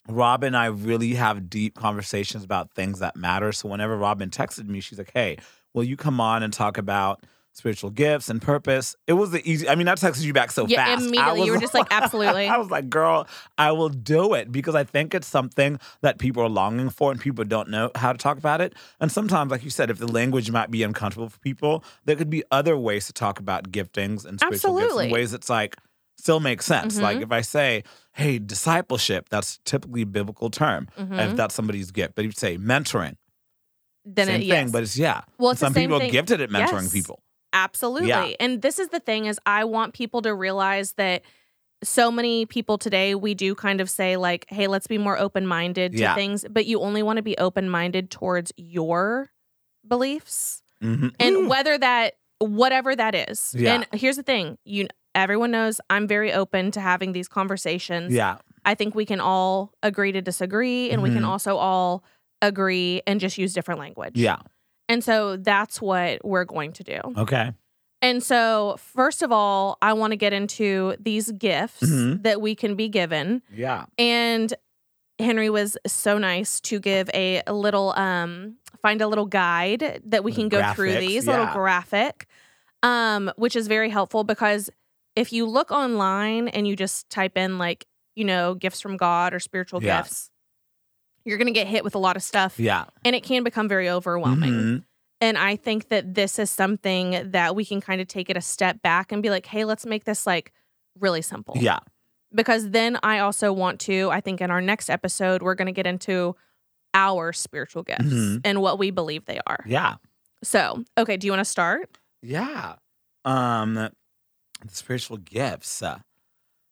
Speaker 2: Rob and I really have deep conversations about things that matter. So whenever Robin texted me, she's like, "Hey, will you come on and talk about spiritual gifts and purpose?" It was the easy. I mean, I texted you back so
Speaker 1: Yeah,
Speaker 2: fast. I
Speaker 1: immediately. You
Speaker 2: was
Speaker 1: were just like, absolutely.
Speaker 2: I was like, "Girl, I will do it" because I think it's something that people are longing for and people don't know how to talk about it. And sometimes, like you said, if the language might be uncomfortable for people, there could be other ways to talk about giftings and spiritual gifts
Speaker 1: Absolutely.
Speaker 2: in ways that's like still makes sense.
Speaker 1: Mhm.
Speaker 2: Like if I say, "Hey, discipleship," that's typically a biblical term
Speaker 1: Mhm.
Speaker 2: if that's somebody's gift. But you say mentoring,
Speaker 1: Then
Speaker 2: same
Speaker 1: it,
Speaker 2: thing,
Speaker 1: yes.
Speaker 2: but it's yeah.
Speaker 1: well, it's
Speaker 2: Some
Speaker 1: the same
Speaker 2: people are
Speaker 1: thing.
Speaker 2: gifted at mentoring
Speaker 1: Yes.
Speaker 2: people.
Speaker 1: Absolutely.
Speaker 2: Yeah.
Speaker 1: And this is the thing is I want people to realize that so many people today we do kind of say like, hey, let's be more open-minded to
Speaker 2: Yeah.
Speaker 1: things, but you only want to be open-minded towards your beliefs
Speaker 2: Mhm.
Speaker 1: and
Speaker 2: Mm.
Speaker 1: whether that whatever that is.
Speaker 2: Yeah.
Speaker 1: And here's the thing, you everyone knows I'm very open to having these conversations.
Speaker 2: yeah,
Speaker 1: I think we can all agree to disagree and we can
Speaker 2: Mhm.
Speaker 1: also all agree and just use different language.
Speaker 2: yeah,
Speaker 1: And so that's what we're going to do.
Speaker 2: okay,
Speaker 1: And so, first of all, I want to get into these gifts
Speaker 2: Mhm.
Speaker 1: that we can be given.
Speaker 2: yeah,
Speaker 1: And Henry was so nice to give a little um find a little guide that we can go through
Speaker 2: Mm, Graphics,
Speaker 1: these, a little
Speaker 2: yeah.
Speaker 1: graphic. Um which is very helpful because if you look online and you just type in like, you know, gifts from God or spiritual
Speaker 2: Yeah.
Speaker 1: gifts, you're going to get hit with a lot of stuff
Speaker 2: yeah.
Speaker 1: and it can become very overwhelming.
Speaker 2: Mhm.
Speaker 1: And I think that this is something that we can kind of take it a step back and be like, hey, let's make this like really simple.
Speaker 2: Yeah,
Speaker 1: Because then I also want to, I think in our next episode, we're going to get into our spiritual gifts
Speaker 2: Mhm.
Speaker 1: and what we believe they are.
Speaker 2: yeah.
Speaker 1: So, okay, do you want to start?
Speaker 2: Yeah. Um the spiritual gifts. Uh,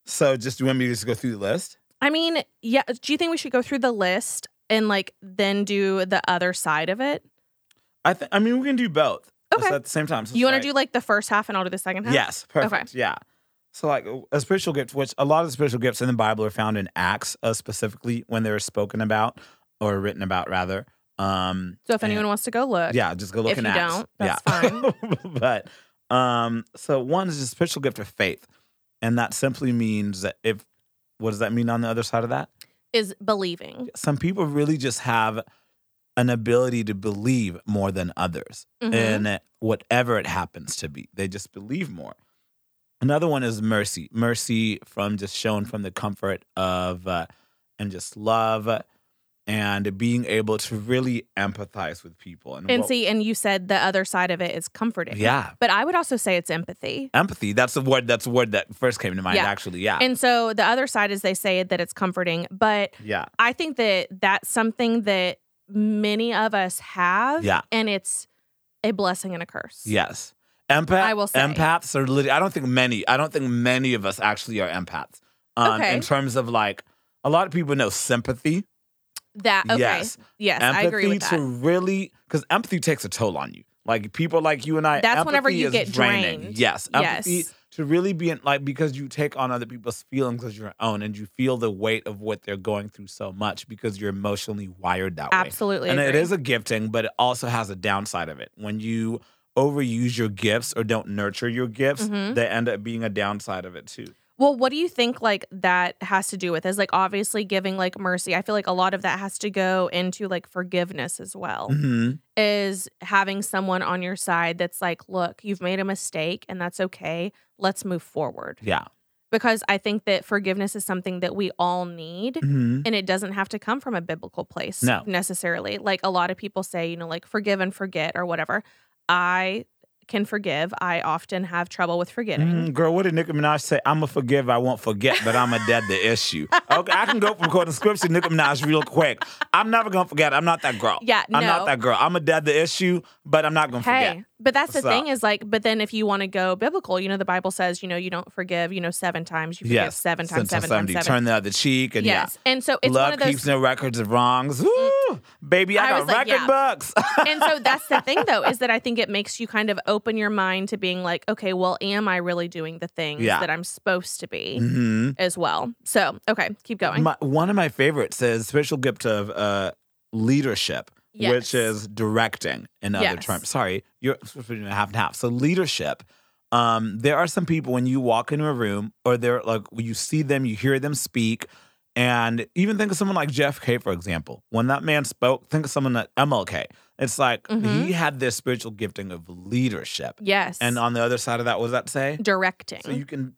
Speaker 2: So just do you want me to just go through the list?
Speaker 1: I mean, yeah, do you think we should go through the list and like then do the other side of it?
Speaker 2: I think I mean we can do both. Just
Speaker 1: Okay.
Speaker 2: At the same time. So
Speaker 1: you
Speaker 2: it's
Speaker 1: want
Speaker 2: like-
Speaker 1: to do like the first half and I'll do the second half?
Speaker 2: Yes, perfect. Yeah. So like a spiritual gift, which a lot of the spiritual gifts in the Bible are found in Acts, uh, specifically when they're spoken about or written about rather. Um,
Speaker 1: So if
Speaker 2: and-
Speaker 1: anyone wants to go look,
Speaker 2: yeah, just go look
Speaker 1: If
Speaker 2: in
Speaker 1: you
Speaker 2: Acts.
Speaker 1: don't, that's
Speaker 2: yeah. but um, so one is a spiritual gift of faith, and that simply means that if what does that mean on the other side of that?
Speaker 1: is believing.
Speaker 2: Some people really just have an ability to believe more than others
Speaker 1: Mhm.
Speaker 2: in whatever it happens to be. They just believe more. Another one is mercy. Mercy from just shown from the comfort of uh, and just love and being able to really empathize with people
Speaker 1: and
Speaker 2: what-
Speaker 1: see, and you said the other side of it is comforting.
Speaker 2: Yeah.
Speaker 1: But I would also say it's empathy.
Speaker 2: Empathy. That's the word that's the word that first came to mind
Speaker 1: Yeah.
Speaker 2: actually. Yeah.
Speaker 1: And so the other side is they say that it's comforting, but
Speaker 2: yeah.
Speaker 1: I think that that's something that many of us have.
Speaker 2: Yeah.
Speaker 1: And it's a blessing and a curse.
Speaker 2: Yes. Empath,
Speaker 1: I will say.
Speaker 2: Empaths are literally, I don't think many, I don't think many of us actually are empaths. Um,
Speaker 1: Okay.
Speaker 2: In terms of like, a lot of people know sympathy.
Speaker 1: That, Uh, okay.
Speaker 2: Yes.
Speaker 1: Yes, I
Speaker 2: empathy
Speaker 1: agree with
Speaker 2: to
Speaker 1: that.
Speaker 2: really, because empathy takes a toll on you. Like people like you and I,
Speaker 1: That's whenever
Speaker 2: empathy
Speaker 1: you
Speaker 2: is
Speaker 1: get
Speaker 2: draining.
Speaker 1: drained.
Speaker 2: Yes. Empathy
Speaker 1: Yes.
Speaker 2: to really be in, like, because you take on other people's feelings as your own and you feel the weight of what they're going through so much because you're emotionally wired that way.
Speaker 1: Absolutely.
Speaker 2: and
Speaker 1: agree.
Speaker 2: it is a gifting, but it also has a downside of it. When you overuse your gifts or don't nurture your gifts,
Speaker 1: Mhm.
Speaker 2: they end up being a downside of it too.
Speaker 1: Well, what do you think like that has to do with is like obviously giving like mercy. I feel like a lot of that has to go into like forgiveness as well.
Speaker 2: Mm-hmm.
Speaker 1: Is having someone on your side that's like, look, you've made a mistake and that's okay. Let's move forward.
Speaker 2: Yeah.
Speaker 1: Because I think that forgiveness is something that we all need
Speaker 2: Mm-hmm.
Speaker 1: and it doesn't have to come from a biblical place
Speaker 2: No.
Speaker 1: necessarily. Like a lot of people say, you know, like forgive and forget or whatever. I can forgive. I often have trouble with forgetting.
Speaker 2: Mm-hmm. girl, what did Nicki Minaj say? I'm a forgive, I won't forget, but I'm a dead the issue. Okay, I can go from quoting scripture to Nicki Minaj real quick. I'm never gonna forget. I'm not that girl.
Speaker 1: Yeah,
Speaker 2: I'm
Speaker 1: no.
Speaker 2: not that girl. I'm a dead the issue, but I'm not gonna
Speaker 1: Hey,
Speaker 2: forget.
Speaker 1: but that's the
Speaker 2: So-
Speaker 1: thing is like, but then if you want to go biblical, you know, the Bible says, you know, you don't forgive, you know, seven times, you forgive
Speaker 2: Yes,
Speaker 1: seven times, seven times,
Speaker 2: 70.
Speaker 1: seven.
Speaker 2: Turn the other cheek, and yeah.
Speaker 1: yes. And so it's
Speaker 2: Love
Speaker 1: one of those. Mm.
Speaker 2: keeps no records of wrongs. Woo! Baby, I,
Speaker 1: I
Speaker 2: got
Speaker 1: was like,
Speaker 2: record books.
Speaker 1: and so that's the thing though, is that I think it makes you kind of open your mind to being like, okay, well, am I really doing the things
Speaker 2: Yeah.
Speaker 1: that I'm supposed to be
Speaker 2: hmm
Speaker 1: as well? So, okay, keep going.
Speaker 2: My, one of my favorites is special gift of uh, leadership,
Speaker 1: Yes.
Speaker 2: which is directing in other
Speaker 1: Yes.
Speaker 2: terms. Sorry, you're supposed to do half and half. So leadership. Um, there are some people when you walk into a room or they're like you see them, you hear them speak, and even think of someone like Jeff K, for example. When that man spoke, think of someone like MLK. It's like
Speaker 1: Mhm.
Speaker 2: he had this spiritual gifting of leadership.
Speaker 1: yes.
Speaker 2: And on the other side of that, what does that say?
Speaker 1: directing.
Speaker 2: So you can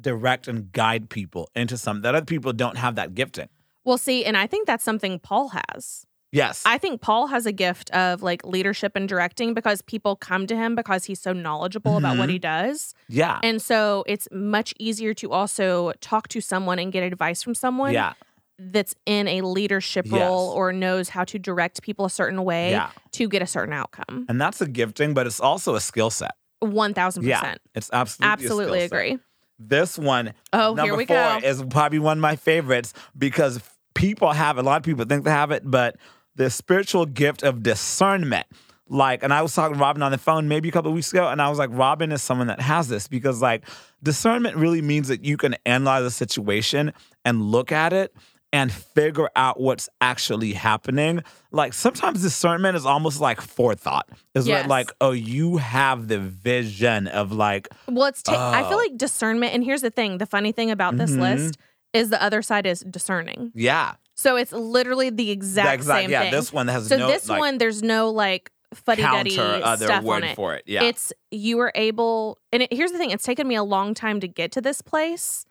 Speaker 2: direct and guide people into something that other people don't have that gifting.
Speaker 1: well, see, and I think that's something Paul has.
Speaker 2: Yes.
Speaker 1: I think Paul has a gift of like leadership and directing because people come to him because he's so knowledgeable about what
Speaker 2: Mhm.
Speaker 1: he does.
Speaker 2: yeah.
Speaker 1: And so it's much easier to also talk to someone and get advice from someone
Speaker 2: yeah.
Speaker 1: that's in a leadership
Speaker 2: Yes.
Speaker 1: role or knows how to direct people a certain way
Speaker 2: Yeah.
Speaker 1: to get a certain outcome.
Speaker 2: And that's a gifting, but it's also a skill set.
Speaker 1: 1000%.
Speaker 2: Yeah. It's absolutely a
Speaker 1: Absolutely
Speaker 2: skill set.
Speaker 1: agree.
Speaker 2: This one,
Speaker 1: Oh,
Speaker 2: number
Speaker 1: here we
Speaker 2: four,
Speaker 1: go.
Speaker 2: is probably one of my favorites because people have a lot of people think they have it, but the spiritual gift of discernment. Like, and I was talking to Robin on the phone maybe a couple of weeks ago, and I was like, Robin is someone that has this because, like, discernment really means that you can analyze a situation and look at it and figure out what's actually happening. Like, sometimes discernment is almost like forethought, is
Speaker 1: Yes.
Speaker 2: what, like, oh, you have the vision of, like,
Speaker 1: Well, it's ta- I feel
Speaker 2: Oh.
Speaker 1: like discernment and here's the thing, the funny thing about this
Speaker 2: Mhm.
Speaker 1: list is the other side is discerning.
Speaker 2: yeah,
Speaker 1: So it's literally the exact,
Speaker 2: That exact-
Speaker 1: same
Speaker 2: yeah,
Speaker 1: thing.
Speaker 2: this one has
Speaker 1: so
Speaker 2: no
Speaker 1: this
Speaker 2: like,
Speaker 1: one there's no like fuddy-duddy
Speaker 2: counter other
Speaker 1: stuff
Speaker 2: word
Speaker 1: on it.
Speaker 2: for it. Yeah,
Speaker 1: It's you were able, and it, here's the thing: it's taken me a long time to get to this place.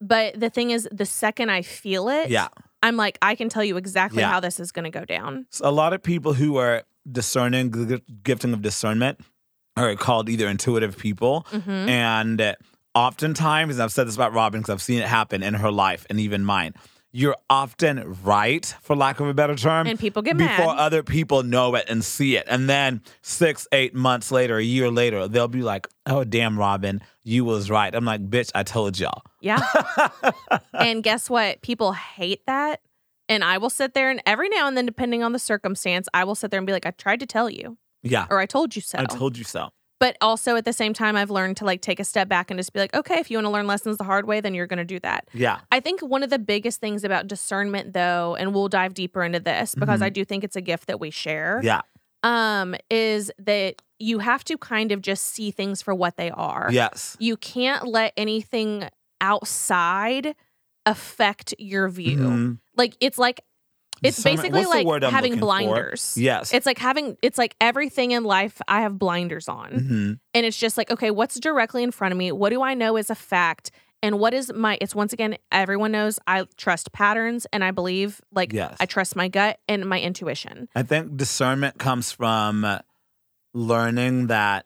Speaker 1: But the thing is, the second I feel it,
Speaker 2: yeah.
Speaker 1: I'm like, I can tell you exactly
Speaker 2: Yeah.
Speaker 1: how this is going to go down.
Speaker 2: So a lot of people who are discerning, the gi- gifting of discernment, are called either intuitive people,
Speaker 1: Mhm.
Speaker 2: and oftentimes, and I've said this about Robin because I've seen it happen in her life and even mine. You're often right, for lack of a better term,
Speaker 1: And people get
Speaker 2: before
Speaker 1: mad.
Speaker 2: other people know it and see it. And then six, eight months later, a year later, they'll be like, "Oh, damn, Robin, you was right." I'm like, "Bitch, I told y'all."
Speaker 1: yeah. and guess what? People hate that. And I will sit there, and every now and then, depending on the circumstance, I will sit there and be like, I tried to tell you,
Speaker 2: Yeah,
Speaker 1: or I told you so.
Speaker 2: I told you so.
Speaker 1: But also at the same time, I've learned to like take a step back and just be like, okay, if you want to learn lessons the hard way, then you're going to do that.
Speaker 2: Yeah.
Speaker 1: I think one of the biggest things about discernment, though, and we'll dive deeper into this because I do think it's a gift that we share,
Speaker 2: Yeah.
Speaker 1: um, is that you have to kind of just see things for what they are.
Speaker 2: Yes.
Speaker 1: You can't let anything outside affect your view.
Speaker 2: Mhm.
Speaker 1: Like it's like it's
Speaker 2: Discernment-
Speaker 1: basically
Speaker 2: what's the
Speaker 1: like
Speaker 2: word I'm
Speaker 1: having
Speaker 2: looking for?
Speaker 1: blinders.
Speaker 2: Yes.
Speaker 1: It's like having it's like everything in life I have blinders on.
Speaker 2: Mhm.
Speaker 1: And it's just like, okay, what's directly in front of me? What do I know is a fact? And what is my it's once again everyone knows I trust patterns and I believe like
Speaker 2: Yes.
Speaker 1: I trust my gut and my intuition.
Speaker 2: I think discernment comes from learning that,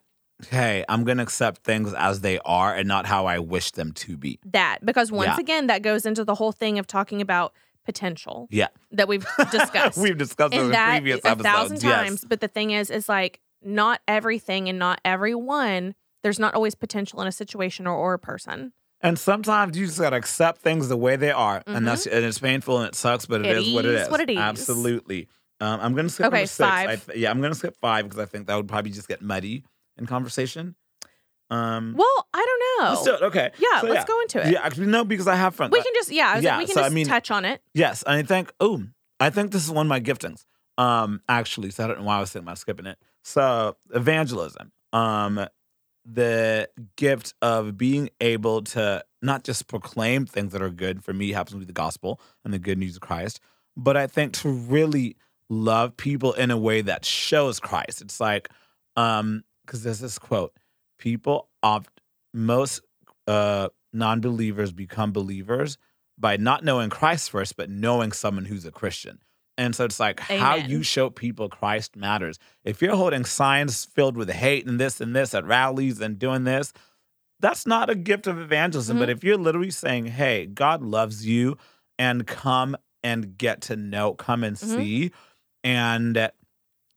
Speaker 2: hey, I'm going to accept things as they are and not how I wish them to be.
Speaker 1: That because once
Speaker 2: Yeah.
Speaker 1: again that goes into the whole thing of talking about potential
Speaker 2: Yeah.
Speaker 1: that we've discussed.
Speaker 2: We've discussed this
Speaker 1: and
Speaker 2: in
Speaker 1: that
Speaker 2: previous
Speaker 1: a
Speaker 2: episodes.
Speaker 1: thousand
Speaker 2: yes.
Speaker 1: times. But the thing is, is like not everything and not everyone. There's not always potential in a situation or, or a person.
Speaker 2: And sometimes you just gotta accept things the way they are,
Speaker 1: Mhm.
Speaker 2: and that's and it's painful and it sucks, but
Speaker 1: It
Speaker 2: it is, what it
Speaker 1: is
Speaker 2: is.
Speaker 1: what it is.
Speaker 2: Absolutely. Um, I'm gonna skip
Speaker 1: Okay,
Speaker 2: number six.
Speaker 1: five.
Speaker 2: I th- yeah, I'm gonna skip five because I think that would probably just get muddy in conversation. Um,
Speaker 1: Well, I don't know.
Speaker 2: let's do it. Okay.
Speaker 1: yeah,
Speaker 2: So,
Speaker 1: let's go into it.
Speaker 2: Yeah, actually, no, because I have friends.
Speaker 1: we can just yeah, I was like,
Speaker 2: yeah,
Speaker 1: we can
Speaker 2: so I
Speaker 1: just
Speaker 2: mean-
Speaker 1: touch on it.
Speaker 2: Yes, and I think oh, I think this is one of my giftings. Um, actually, so I don't know why I was thinking about skipping it. So evangelism, um, the gift of being able to not just proclaim things that are good for me happens to be the gospel and the good news of Christ, but I think to really love people in a way that shows Christ. It's like, um, because there's this quote: people opt most uh non-believers become believers by not knowing Christ first, but knowing someone who's a Christian. And so it's like how
Speaker 1: Amen.
Speaker 2: you show people Christ matters. If you're holding signs filled with hate and this and this at rallies and doing this, that's not a gift of evangelism. But
Speaker 1: Mm-hmm.
Speaker 2: if you're literally saying, hey, God loves you and come and get to know, come and
Speaker 1: Mhm.
Speaker 2: see, and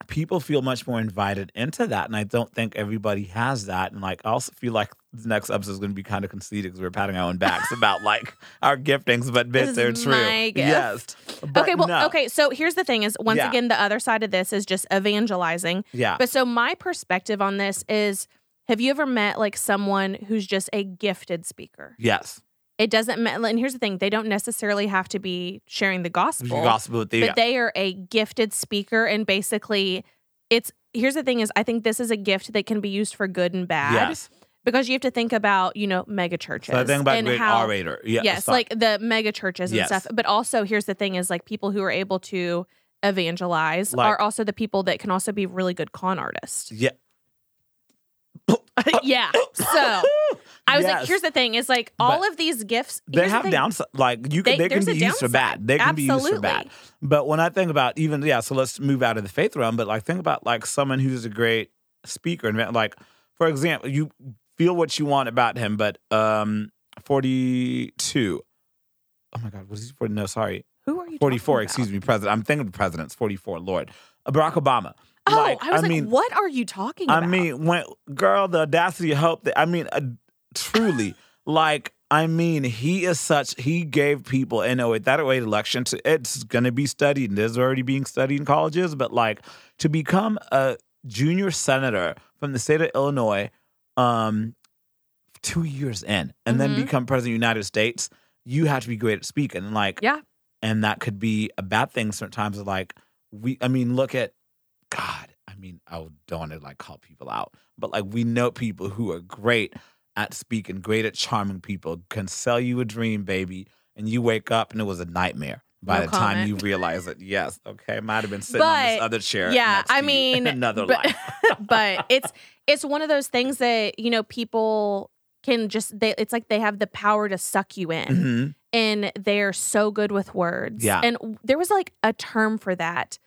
Speaker 2: people feel much more invited into that. And I don't think everybody has that. And like, I also feel like the next episode is going to be kind of conceited because we're patting our own backs about like our giftings, but
Speaker 1: This
Speaker 2: bits
Speaker 1: is
Speaker 2: are true.
Speaker 1: my gift.
Speaker 2: Yes. But
Speaker 1: okay, well,
Speaker 2: no.
Speaker 1: okay. So here's the thing: is once
Speaker 2: Yeah.
Speaker 1: again the other side of this is just evangelizing.
Speaker 2: Yeah.
Speaker 1: But so my perspective on this is: Have you ever met like someone who's just a gifted speaker?
Speaker 2: Yes.
Speaker 1: It doesn't matter. And here's the thing: They don't necessarily have to be sharing the
Speaker 2: The Gospel with the
Speaker 1: but they are a gifted speaker and basically it's here's the thing is i think this is a gift that can be used for good and bad
Speaker 2: yes.
Speaker 1: because you have to think about you know mega churches
Speaker 2: So I think about
Speaker 1: and
Speaker 2: great
Speaker 1: how
Speaker 2: orator. Yeah,
Speaker 1: yes,
Speaker 2: sorry.
Speaker 1: like the mega churches and
Speaker 2: Yes.
Speaker 1: stuff but also here's the thing is like people who are able to evangelize
Speaker 2: Like-
Speaker 1: are also the people that can also be really good con artists
Speaker 2: yeah.
Speaker 1: yeah so i was like
Speaker 2: Yes.
Speaker 1: here's the thing is like
Speaker 2: But
Speaker 1: all of these gifts
Speaker 2: They
Speaker 1: here's the
Speaker 2: have
Speaker 1: thing.
Speaker 2: downside. Like you, can,
Speaker 1: They-
Speaker 2: they, can
Speaker 1: there's
Speaker 2: be
Speaker 1: a
Speaker 2: used for bad. They can be used for bad.
Speaker 1: absolutely
Speaker 2: But when I think about even yeah, so let's move out of the faith realm. But like think about like someone who's a great speaker and like for example, you feel what you want about him, but um, forty two. Oh my God, was he forty? No, sorry,
Speaker 1: who are you
Speaker 2: forty four.
Speaker 1: talking
Speaker 2: Excuse
Speaker 1: about?
Speaker 2: me, president. I'm thinking of presidents. Forty four. Lord, Uh, Barack Obama.
Speaker 1: oh i was like
Speaker 2: mean,
Speaker 1: what are you talking
Speaker 2: I
Speaker 1: about
Speaker 2: mean, when girl, the audacity of hope. That I mean, uh, truly, like I mean, he is such. He gave people in a that way election. To, it's going to be studied. and It's already being studied in colleges, but like to become a junior senator from the state of Illinois, um, two years in, and
Speaker 1: Mhm.
Speaker 2: then become president of the United States. You have to be great at speaking, and like
Speaker 1: Yeah.
Speaker 2: and that could be a bad thing sometimes. Like we, I mean, look at God, I mean, I don't want to like call people out, but like we know people who are great at speaking, great at charming people, can sell you a dream, baby, and you wake up and it was a nightmare by
Speaker 1: No
Speaker 2: the
Speaker 1: comment.
Speaker 2: time you realize it. Yes, okay, might have been sitting on this
Speaker 1: But,
Speaker 2: other chair.
Speaker 1: yeah,
Speaker 2: next to
Speaker 1: I
Speaker 2: you
Speaker 1: mean,
Speaker 2: in another
Speaker 1: but-
Speaker 2: life.
Speaker 1: but it's it's one of those things that you know people can just they it's like they have the power to suck you in
Speaker 2: Mhm.
Speaker 1: and they're so good with words
Speaker 2: Yeah.
Speaker 1: and w- there was like a term for that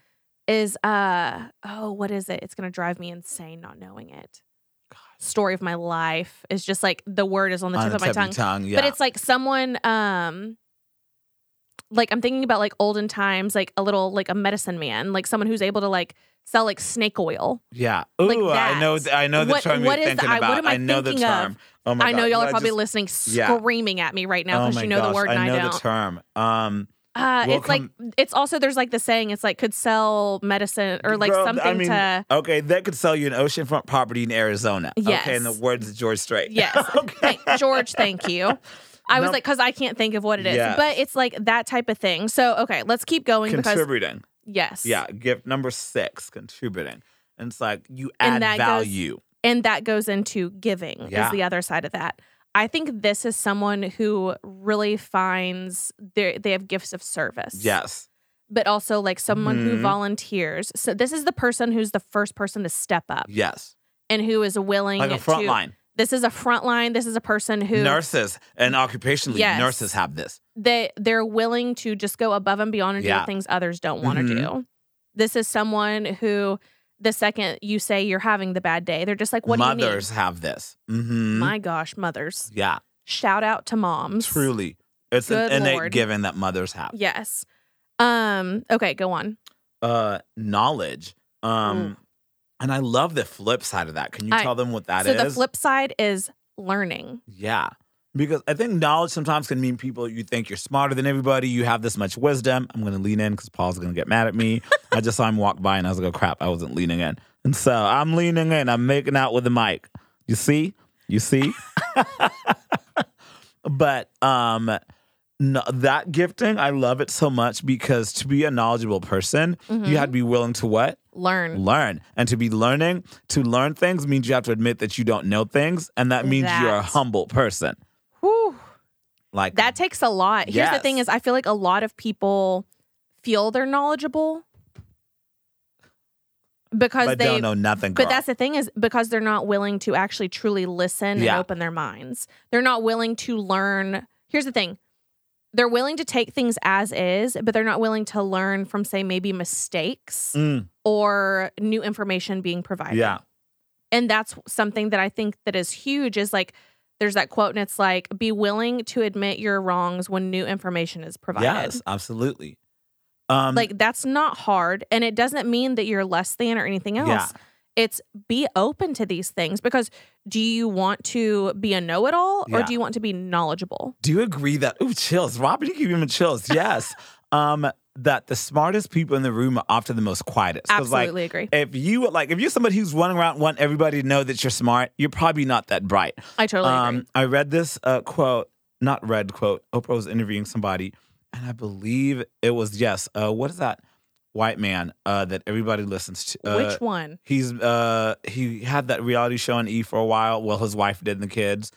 Speaker 1: is uh oh what is it it's gonna drive me insane not knowing it story of my life is just like the word is on the
Speaker 2: On
Speaker 1: tip
Speaker 2: the
Speaker 1: of my tongue
Speaker 2: yeah.
Speaker 1: but it's like someone um like I'm thinking about like olden times, like a little like a medicine man, like someone who's able to like sell like snake oil.
Speaker 2: yeah. Ooh,
Speaker 1: like
Speaker 2: I know,
Speaker 1: that.
Speaker 2: I know the
Speaker 1: What-
Speaker 2: term
Speaker 1: what is
Speaker 2: you're thinking
Speaker 1: the- I- what
Speaker 2: about.
Speaker 1: am I
Speaker 2: know the
Speaker 1: thinking of?
Speaker 2: term. Oh my
Speaker 1: I know
Speaker 2: God.
Speaker 1: y'all are
Speaker 2: I
Speaker 1: probably
Speaker 2: just-
Speaker 1: listening,
Speaker 2: yeah.
Speaker 1: screaming at me right now
Speaker 2: Oh
Speaker 1: because
Speaker 2: my
Speaker 1: you know
Speaker 2: gosh,
Speaker 1: the word and
Speaker 2: I
Speaker 1: I,
Speaker 2: know
Speaker 1: don't.
Speaker 2: the term. Um,
Speaker 1: Uh,
Speaker 2: We'll
Speaker 1: it's like it's also there's like the saying it's like could sell medicine or like
Speaker 2: Girl, I
Speaker 1: something
Speaker 2: mean,
Speaker 1: to
Speaker 2: Okay, that could sell you an oceanfront property in Arizona.
Speaker 1: Yes.
Speaker 2: Okay, in the words of George Strait.
Speaker 1: yes
Speaker 2: okay.
Speaker 1: Thank- George thank you I was
Speaker 2: No.
Speaker 1: like because I can't think of what it is
Speaker 2: Yes.
Speaker 1: but it's like that type of thing so okay let's keep going because
Speaker 2: Contributing.
Speaker 1: yes
Speaker 2: Yeah, gift number six, contributing. And it's like you
Speaker 1: And
Speaker 2: add
Speaker 1: that goes-
Speaker 2: value.
Speaker 1: and that goes into giving
Speaker 2: Yeah.
Speaker 1: is the other side of that i think this is someone who really finds they they have gifts of service
Speaker 2: yes.
Speaker 1: but also like someone who
Speaker 2: Mhm.
Speaker 1: volunteers so this is the person who's the first person to step up
Speaker 2: Yes.
Speaker 1: and who is willing
Speaker 2: Like a front
Speaker 1: to
Speaker 2: line.
Speaker 1: this is a front line this is a person who
Speaker 2: Nurses and occupationally,
Speaker 1: Yes.
Speaker 2: nurses have this.
Speaker 1: they they're willing to just go above and beyond and
Speaker 2: Yeah.
Speaker 1: do things others don't want to
Speaker 2: Mhm.
Speaker 1: do this is someone who the second you say you're having the bad day they're just like what do you need
Speaker 2: mothers have this. Mm-hmm.
Speaker 1: my gosh mothers
Speaker 2: yeah,
Speaker 1: shout out to moms
Speaker 2: truly. It's
Speaker 1: Good
Speaker 2: an innate
Speaker 1: Lord.
Speaker 2: given that mothers have.
Speaker 1: yes um okay go on
Speaker 2: Uh, knowledge. Um, and I love the flip side of that. Can you
Speaker 1: Mm. I-
Speaker 2: tell them what that
Speaker 1: so
Speaker 2: is?
Speaker 1: the flip side is learning
Speaker 2: Yeah. Because I think knowledge sometimes can mean people you think you're smarter than everybody, you have this much wisdom. I'm going to lean in because Paul's going to get mad at me. I just saw him walk by and I was like, oh, crap, I wasn't leaning in. And so I'm leaning in, I'm making out with the mic. You see? You see? but um, no, that gifting, I love it so much because to be a knowledgeable person,
Speaker 1: Mhm.
Speaker 2: you had to be willing to what?
Speaker 1: learn
Speaker 2: learn. And to be learning, to learn things means you have to admit that you don't know things, and that means you're a
Speaker 1: That.
Speaker 2: humble person.
Speaker 1: Whew.
Speaker 2: Like
Speaker 1: that takes a lot here's the
Speaker 2: Yes.
Speaker 1: thing is i feel like a lot of people feel they're knowledgeable because
Speaker 2: but
Speaker 1: they
Speaker 2: don't know nothing.
Speaker 1: But
Speaker 2: girl.
Speaker 1: that's the thing is because they're not willing to actually truly listen
Speaker 2: Yeah.
Speaker 1: and open their minds. They're not willing to learn. Here's the thing. They're willing to take things as is, but they're not willing to learn from say maybe mistakes
Speaker 2: Mm,
Speaker 1: or new information being provided.
Speaker 2: yeah,
Speaker 1: And that's something that I think that is huge is like there's that quote and it's like be willing to admit your wrongs when new information is provided.
Speaker 2: yes, absolutely. Um,
Speaker 1: Like that's not hard and it doesn't mean that you're less than or anything else
Speaker 2: yeah,
Speaker 1: it's be open to these things because do you want to be a know-it-all or
Speaker 2: Yeah.
Speaker 1: do you want to be knowledgeable
Speaker 2: do you agree that? Ooh, chills, Robin, you give him chills. Yes, um, that the smartest people in the room are often the most quietest. 'Cause, like,
Speaker 1: absolutely agree
Speaker 2: if you like, if you're somebody who's running around and want everybody to know that you're smart, you're probably not that bright.
Speaker 1: i totally agree
Speaker 2: Um, I read this uh, quote, not read quote. Oprah was interviewing somebody, and I believe it was yes. Uh, what is that white man uh, that everybody listens to? Uh,
Speaker 1: which one
Speaker 2: He's uh, he had that reality show on E for a while. Well, his wife did and the kids.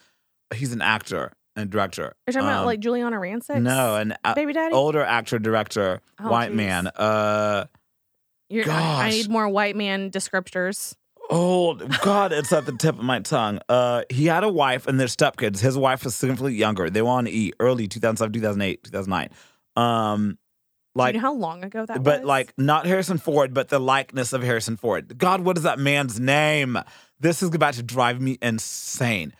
Speaker 2: He's an actor and director.
Speaker 1: you're talking about
Speaker 2: um,
Speaker 1: like juliana rancic
Speaker 2: No, oh, an a-
Speaker 1: baby daddy
Speaker 2: older actor director,
Speaker 1: Oh,
Speaker 2: white
Speaker 1: geez.
Speaker 2: man. Uh,
Speaker 1: You're- I, I
Speaker 2: gosh.
Speaker 1: need more white man descriptors
Speaker 2: old Oh, God, it's at the tip of my tongue. Uh, he had a wife and their stepkids. His wife was significantly younger. They were on E early 2007, 2008, 2009. Um, like,
Speaker 1: do you know how long ago that
Speaker 2: but
Speaker 1: was
Speaker 2: like not Harrison Ford, but the likeness of Harrison Ford. God, what is that man's name? This is about to drive me insane.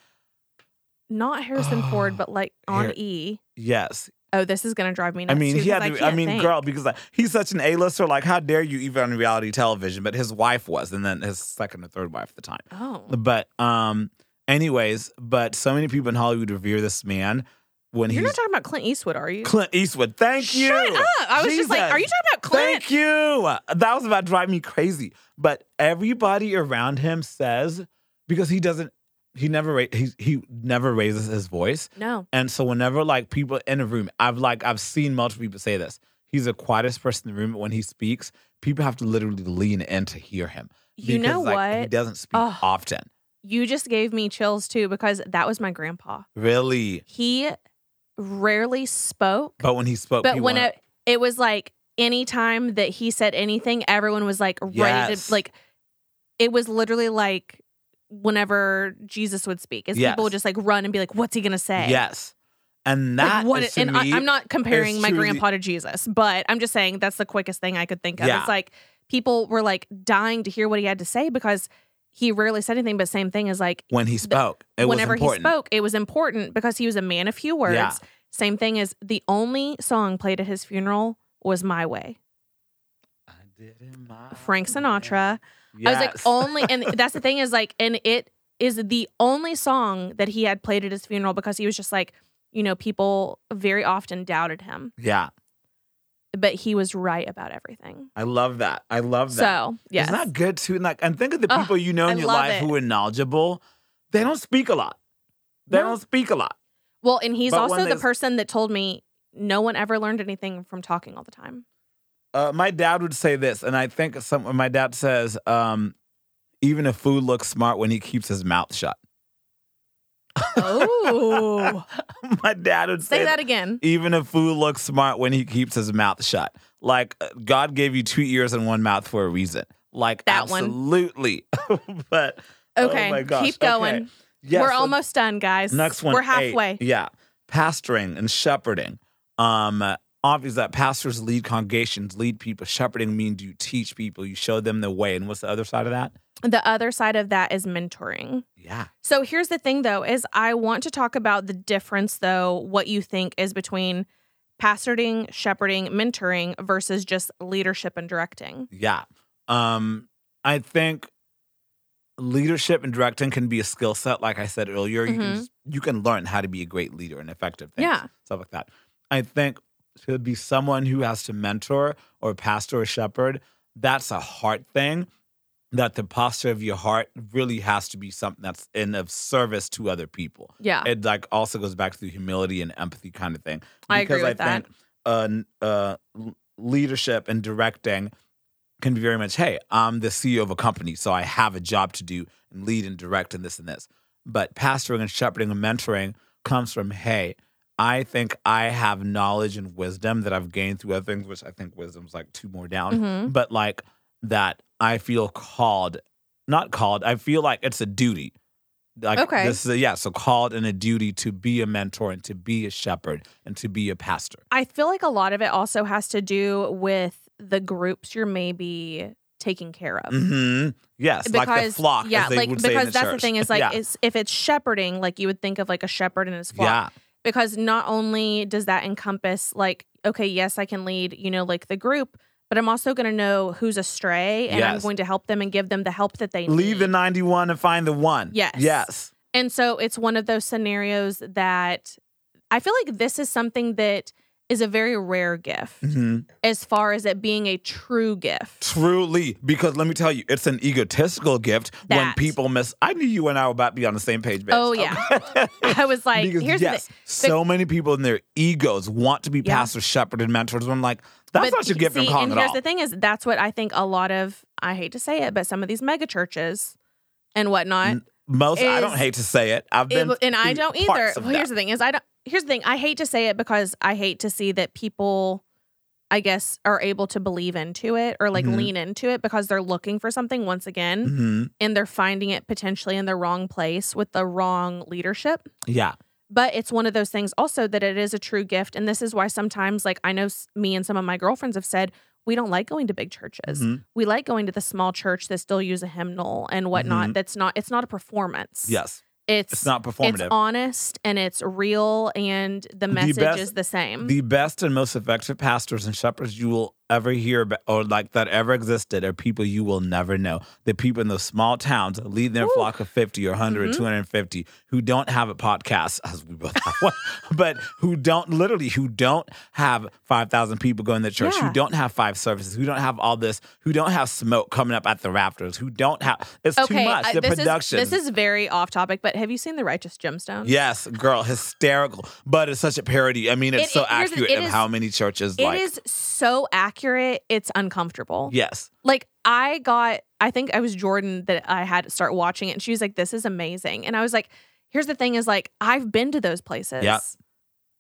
Speaker 1: not harrison ford
Speaker 2: Oh,
Speaker 1: but like on
Speaker 2: here-
Speaker 1: e
Speaker 2: Yes,
Speaker 1: oh this is gonna drive me
Speaker 2: I
Speaker 1: nuts
Speaker 2: mean
Speaker 1: too,
Speaker 2: he had.
Speaker 1: 'cause
Speaker 2: To,
Speaker 1: I,
Speaker 2: I,
Speaker 1: can't
Speaker 2: mean,
Speaker 1: think.
Speaker 2: girl, because like, he's such an A-lister. Like, how dare you even on reality television? But his wife was, and then his second or third wife at the time.
Speaker 1: oh
Speaker 2: But um, anyways, but so many people in Hollywood revere this man when
Speaker 1: you're
Speaker 2: he's
Speaker 1: not talking about clint eastwood are you
Speaker 2: Clint Eastwood. Thank you.
Speaker 1: shut up i was just like
Speaker 2: Jesus.
Speaker 1: are you talking about clint
Speaker 2: Thank you. That was about to drive me crazy. But everybody around him says because he doesn't, he never ra- he he never raises his voice,
Speaker 1: no
Speaker 2: and so whenever like people in a room, I've like I've seen multiple people say this. He's the quietest person in the room. But when he speaks, people have to literally lean in to hear him.
Speaker 1: you
Speaker 2: because,
Speaker 1: know
Speaker 2: like,
Speaker 1: what
Speaker 2: He doesn't speak
Speaker 1: Ugh.
Speaker 2: often.
Speaker 1: you just gave me chills too because that was my grandpa.
Speaker 2: Really.
Speaker 1: He rarely spoke,
Speaker 2: But when he spoke,
Speaker 1: but
Speaker 2: people
Speaker 1: when
Speaker 2: went-
Speaker 1: it, it was like any time that he said anything, everyone was like ready
Speaker 2: Yes.
Speaker 1: to like. It was literally like whenever Jesus would speak, is people would
Speaker 2: Yes.
Speaker 1: just like run and be like, "What's he gonna say?"
Speaker 2: yes, and
Speaker 1: Like,
Speaker 2: that
Speaker 1: what-
Speaker 2: is to
Speaker 1: and
Speaker 2: me-
Speaker 1: I, I'm not comparing
Speaker 2: is
Speaker 1: my
Speaker 2: truly-
Speaker 1: grandpa to Jesus, but I'm just saying that's the quickest thing I could think of.
Speaker 2: Yeah.
Speaker 1: It's like people were like dying to hear what he had to say because he rarely said anything. But same thing as like
Speaker 2: when he spoke, it
Speaker 1: whenever
Speaker 2: was important.
Speaker 1: he spoke, it was important because he was a man of few words.
Speaker 2: Yeah.
Speaker 1: Same thing as the only song played at his funeral was My Way.
Speaker 2: I did it my
Speaker 1: Frank Sinatra.
Speaker 2: way.
Speaker 1: I was like,
Speaker 2: Oh, Yes.
Speaker 1: only, and that's the thing is like, and it is the only song that he had played at his funeral because he was just like, you know, people very often doubted him.
Speaker 2: yeah,
Speaker 1: but he was right about everything.
Speaker 2: I love that. I love that.
Speaker 1: So, yes.
Speaker 2: Isn't that good too? And like, and think of the
Speaker 1: Ugh,
Speaker 2: people you know in
Speaker 1: I
Speaker 2: your
Speaker 1: love
Speaker 2: life
Speaker 1: it.
Speaker 2: who are knowledgeable. They don't speak a lot. They
Speaker 1: No.
Speaker 2: don't speak a lot.
Speaker 1: well, and he's
Speaker 2: But when
Speaker 1: also the
Speaker 2: there's-
Speaker 1: person that told me no one ever learned anything from talking all the time.
Speaker 2: Uh, my dad would say this, and I think some. My dad says, um, "Even a fool looks smart when he keeps his mouth shut."
Speaker 1: Oh,
Speaker 2: my dad would say,
Speaker 1: say that again.
Speaker 2: Even a fool looks smart when he keeps his mouth shut. Like uh, God gave you two ears and one mouth for a reason. Like
Speaker 1: That one.
Speaker 2: absolutely. but oh
Speaker 1: Okay,
Speaker 2: my gosh,
Speaker 1: keep
Speaker 2: okay.
Speaker 1: going.
Speaker 2: yes,
Speaker 1: We're
Speaker 2: so
Speaker 1: almost done, guys.
Speaker 2: Next one.
Speaker 1: We're
Speaker 2: eight.
Speaker 1: halfway.
Speaker 2: yeah. Pastoring and shepherding. Um obvious that pastors lead congregations, lead people. Shepherding means you teach people, you show them the way. And what's the other side of that?
Speaker 1: The other side of that is mentoring.
Speaker 2: Yeah.
Speaker 1: So here's the thing though is I want to talk about the difference though what you think is between pastoring, shepherding, mentoring versus just leadership and directing.
Speaker 2: Yeah. Um I think leadership and directing can be a skill set like I said earlier. You can
Speaker 1: Mhm.
Speaker 2: just, you can learn how to be a great leader and effective things.
Speaker 1: Yeah.
Speaker 2: Stuff like that. I think to be someone who has to mentor or pastor or shepherd, that's a hard thing. that the posture of your heart really has to be something that's in of service to other people.
Speaker 1: Yeah.
Speaker 2: It like also goes back to the humility and empathy kind of thing.
Speaker 1: I agree with that.
Speaker 2: think uh, n- uh, l- leadership and directing can be very much, hey, I'm the CEO of a company, so I have a job to do and lead and direct and this and this. But pastoring and shepherding and mentoring comes from, hey, I think I have knowledge and wisdom that I've gained through other things, which I think wisdom's like two more down
Speaker 1: Mhm.
Speaker 2: but like that I feel called, not called, I feel like it's a duty. Like
Speaker 1: Okay.
Speaker 2: this is a, yeah, so called and a duty to be a mentor and to be a shepherd and to be a pastor.
Speaker 1: I feel like a lot of it also has to do with the groups you're maybe taking care of.
Speaker 2: hmm Yes, like the flock.
Speaker 1: yeah,
Speaker 2: as they
Speaker 1: like
Speaker 2: would say in
Speaker 1: because
Speaker 2: the
Speaker 1: that's the
Speaker 2: church.
Speaker 1: thing is like
Speaker 2: yeah.
Speaker 1: it's, if it's shepherding, like you would think of like a shepherd and his flock.
Speaker 2: yeah,
Speaker 1: because not only does that encompass like okay yes i can lead you know like the group but i'm also going to know who's astray and i'm
Speaker 2: Yes.
Speaker 1: going to help them and give them the help that they
Speaker 2: leave the
Speaker 1: need
Speaker 2: ninety-one and find the one.
Speaker 1: Yes.
Speaker 2: yes,
Speaker 1: and so it's one of those scenarios that i feel like this is something that is a very rare gift
Speaker 2: hmm
Speaker 1: as far as it being a true gift
Speaker 2: truly. Because let me tell you, it's an egotistical gift when
Speaker 1: That.
Speaker 2: people miss. I knew you and I were about to be on the same page. Bitch.
Speaker 1: Oh, yeah.
Speaker 2: Okay.
Speaker 1: i was like
Speaker 2: because
Speaker 1: here's the
Speaker 2: yes,
Speaker 1: thing
Speaker 2: so many people in their egos want to be
Speaker 1: Yeah.
Speaker 2: pastors, shepherds, and mentors. And I'm like, that's
Speaker 1: But
Speaker 2: not your gift from
Speaker 1: see,
Speaker 2: calling
Speaker 1: and
Speaker 2: at
Speaker 1: here's
Speaker 2: all.
Speaker 1: the thing is that's what i think a lot of i hate to say it but some of these mega churches and whatnot
Speaker 2: N- Most I don't
Speaker 1: is-
Speaker 2: hate to say it. I've
Speaker 1: It
Speaker 2: been
Speaker 1: w- and I
Speaker 2: through
Speaker 1: don't either.
Speaker 2: parts of
Speaker 1: Well, here's
Speaker 2: that.
Speaker 1: the thing: is I don't. Here's the thing: I hate to say it because I hate to see that people, I guess, are able to believe into it or like
Speaker 2: Mhm.
Speaker 1: lean into it because they're looking for something once again
Speaker 2: Mhm.
Speaker 1: and they're finding it potentially in the wrong place with the wrong leadership.
Speaker 2: Yeah,
Speaker 1: But it's one of those things also that it is a true gift, and this is why sometimes, like I know, s- me and some of my girlfriends have said. We don't like going to big churches.
Speaker 2: Mhm.
Speaker 1: We like going to the small church that still use a hymnal and whatnot.
Speaker 2: Mhm.
Speaker 1: That's not. It's not a performance.
Speaker 2: yes,
Speaker 1: It's
Speaker 2: it's not
Speaker 1: it's
Speaker 2: performative.
Speaker 1: honest and it's real and the message
Speaker 2: best-
Speaker 1: is the same
Speaker 2: the best and most effective pastors and shepherds you will ever hear about, or like that ever existed are people you will never know. The people in those small towns leading their
Speaker 1: Ooh.
Speaker 2: flock of 50 or 100 or
Speaker 1: Mhm.
Speaker 2: 250 who don't have a podcast, as we both have one, but who don't literally, who don't have 5,000 people going to church, who
Speaker 1: Yeah.
Speaker 2: don't have five services, who don't have all this, who don't have smoke coming up at the rafters, who don't have, it's
Speaker 1: okay
Speaker 2: too much.
Speaker 1: I-
Speaker 2: the
Speaker 1: this
Speaker 2: production.
Speaker 1: is um this is very off topic but have you seen the righteous gemstone
Speaker 2: Yes, girl, hysterical. But it's such a parody. I mean,
Speaker 1: It-
Speaker 2: it's so
Speaker 1: it- here's the-
Speaker 2: accurate
Speaker 1: it
Speaker 2: of
Speaker 1: is-
Speaker 2: how many churches
Speaker 1: It is
Speaker 2: like
Speaker 1: so accurate it's uncomfortable
Speaker 2: Yes.
Speaker 1: like i got i think i was jordan that i had to start watching it and she was like this is amazing and i was like here's the thing is like i've been to those places
Speaker 2: Yeah.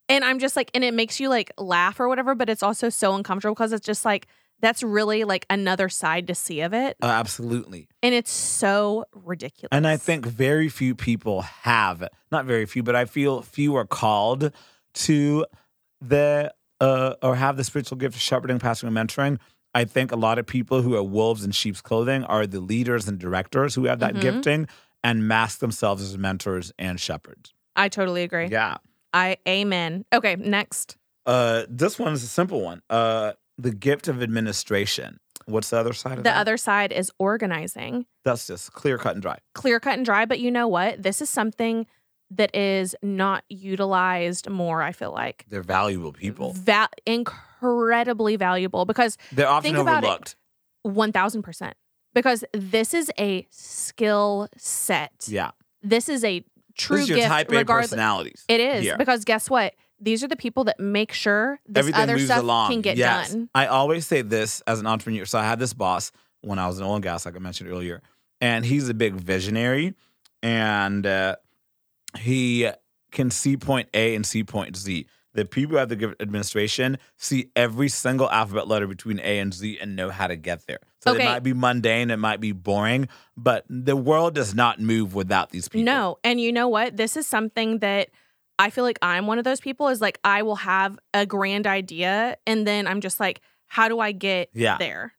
Speaker 1: and i'm just like and it makes you like laugh or whatever but it's also so uncomfortable because it's just like that's really like another side to see of it
Speaker 2: Uh, absolutely.
Speaker 1: and it's so ridiculous
Speaker 2: And I think very few people have, not very few, but I feel few are called to the uh, or have the spiritual gift of shepherding, pastoring, and mentoring. I think a lot of people who are wolves in sheep's clothing are the leaders and directors who have that
Speaker 1: Mhm.
Speaker 2: gifting and mask themselves as mentors and shepherds.
Speaker 1: I totally agree.
Speaker 2: Yeah.
Speaker 1: I amen. Okay, next.
Speaker 2: Uh, this one is a simple one. Uh, the gift of administration. What's the other side of
Speaker 1: The
Speaker 2: that?
Speaker 1: other side is organizing.
Speaker 2: That's just clear cut and dry.
Speaker 1: Clear cut and dry, but you know what? This is something that is not utilized more, I feel like.
Speaker 2: They're valuable people.
Speaker 1: Va- incredibly incredibly valuable because
Speaker 2: They're often
Speaker 1: Think about it.
Speaker 2: overlooked.
Speaker 1: 1000% because this is a skill set.
Speaker 2: Yeah.
Speaker 1: This is a true
Speaker 2: this is your
Speaker 1: gift
Speaker 2: type A
Speaker 1: regardless.
Speaker 2: personalities.
Speaker 1: It is
Speaker 2: here.
Speaker 1: because guess what? These are the people that make sure this
Speaker 2: Everything
Speaker 1: other
Speaker 2: moves
Speaker 1: stuff
Speaker 2: along.
Speaker 1: can get
Speaker 2: yes.
Speaker 1: done.
Speaker 2: I always say this as an entrepreneur. So I had this boss when I was in oil and gas, like I mentioned earlier, and he's a big visionary, and uh, he can see point A and see point Z. The people at the gov- administration see every single alphabet letter between A and Z and know how to get there. So
Speaker 1: Okay.
Speaker 2: it might be mundane, it might be boring, but the world does not move without these people.
Speaker 1: No, and you know what? This is something that I feel like I'm one of those people is like I will have a grand idea and then I'm just like how do I get
Speaker 2: Yeah.
Speaker 1: there?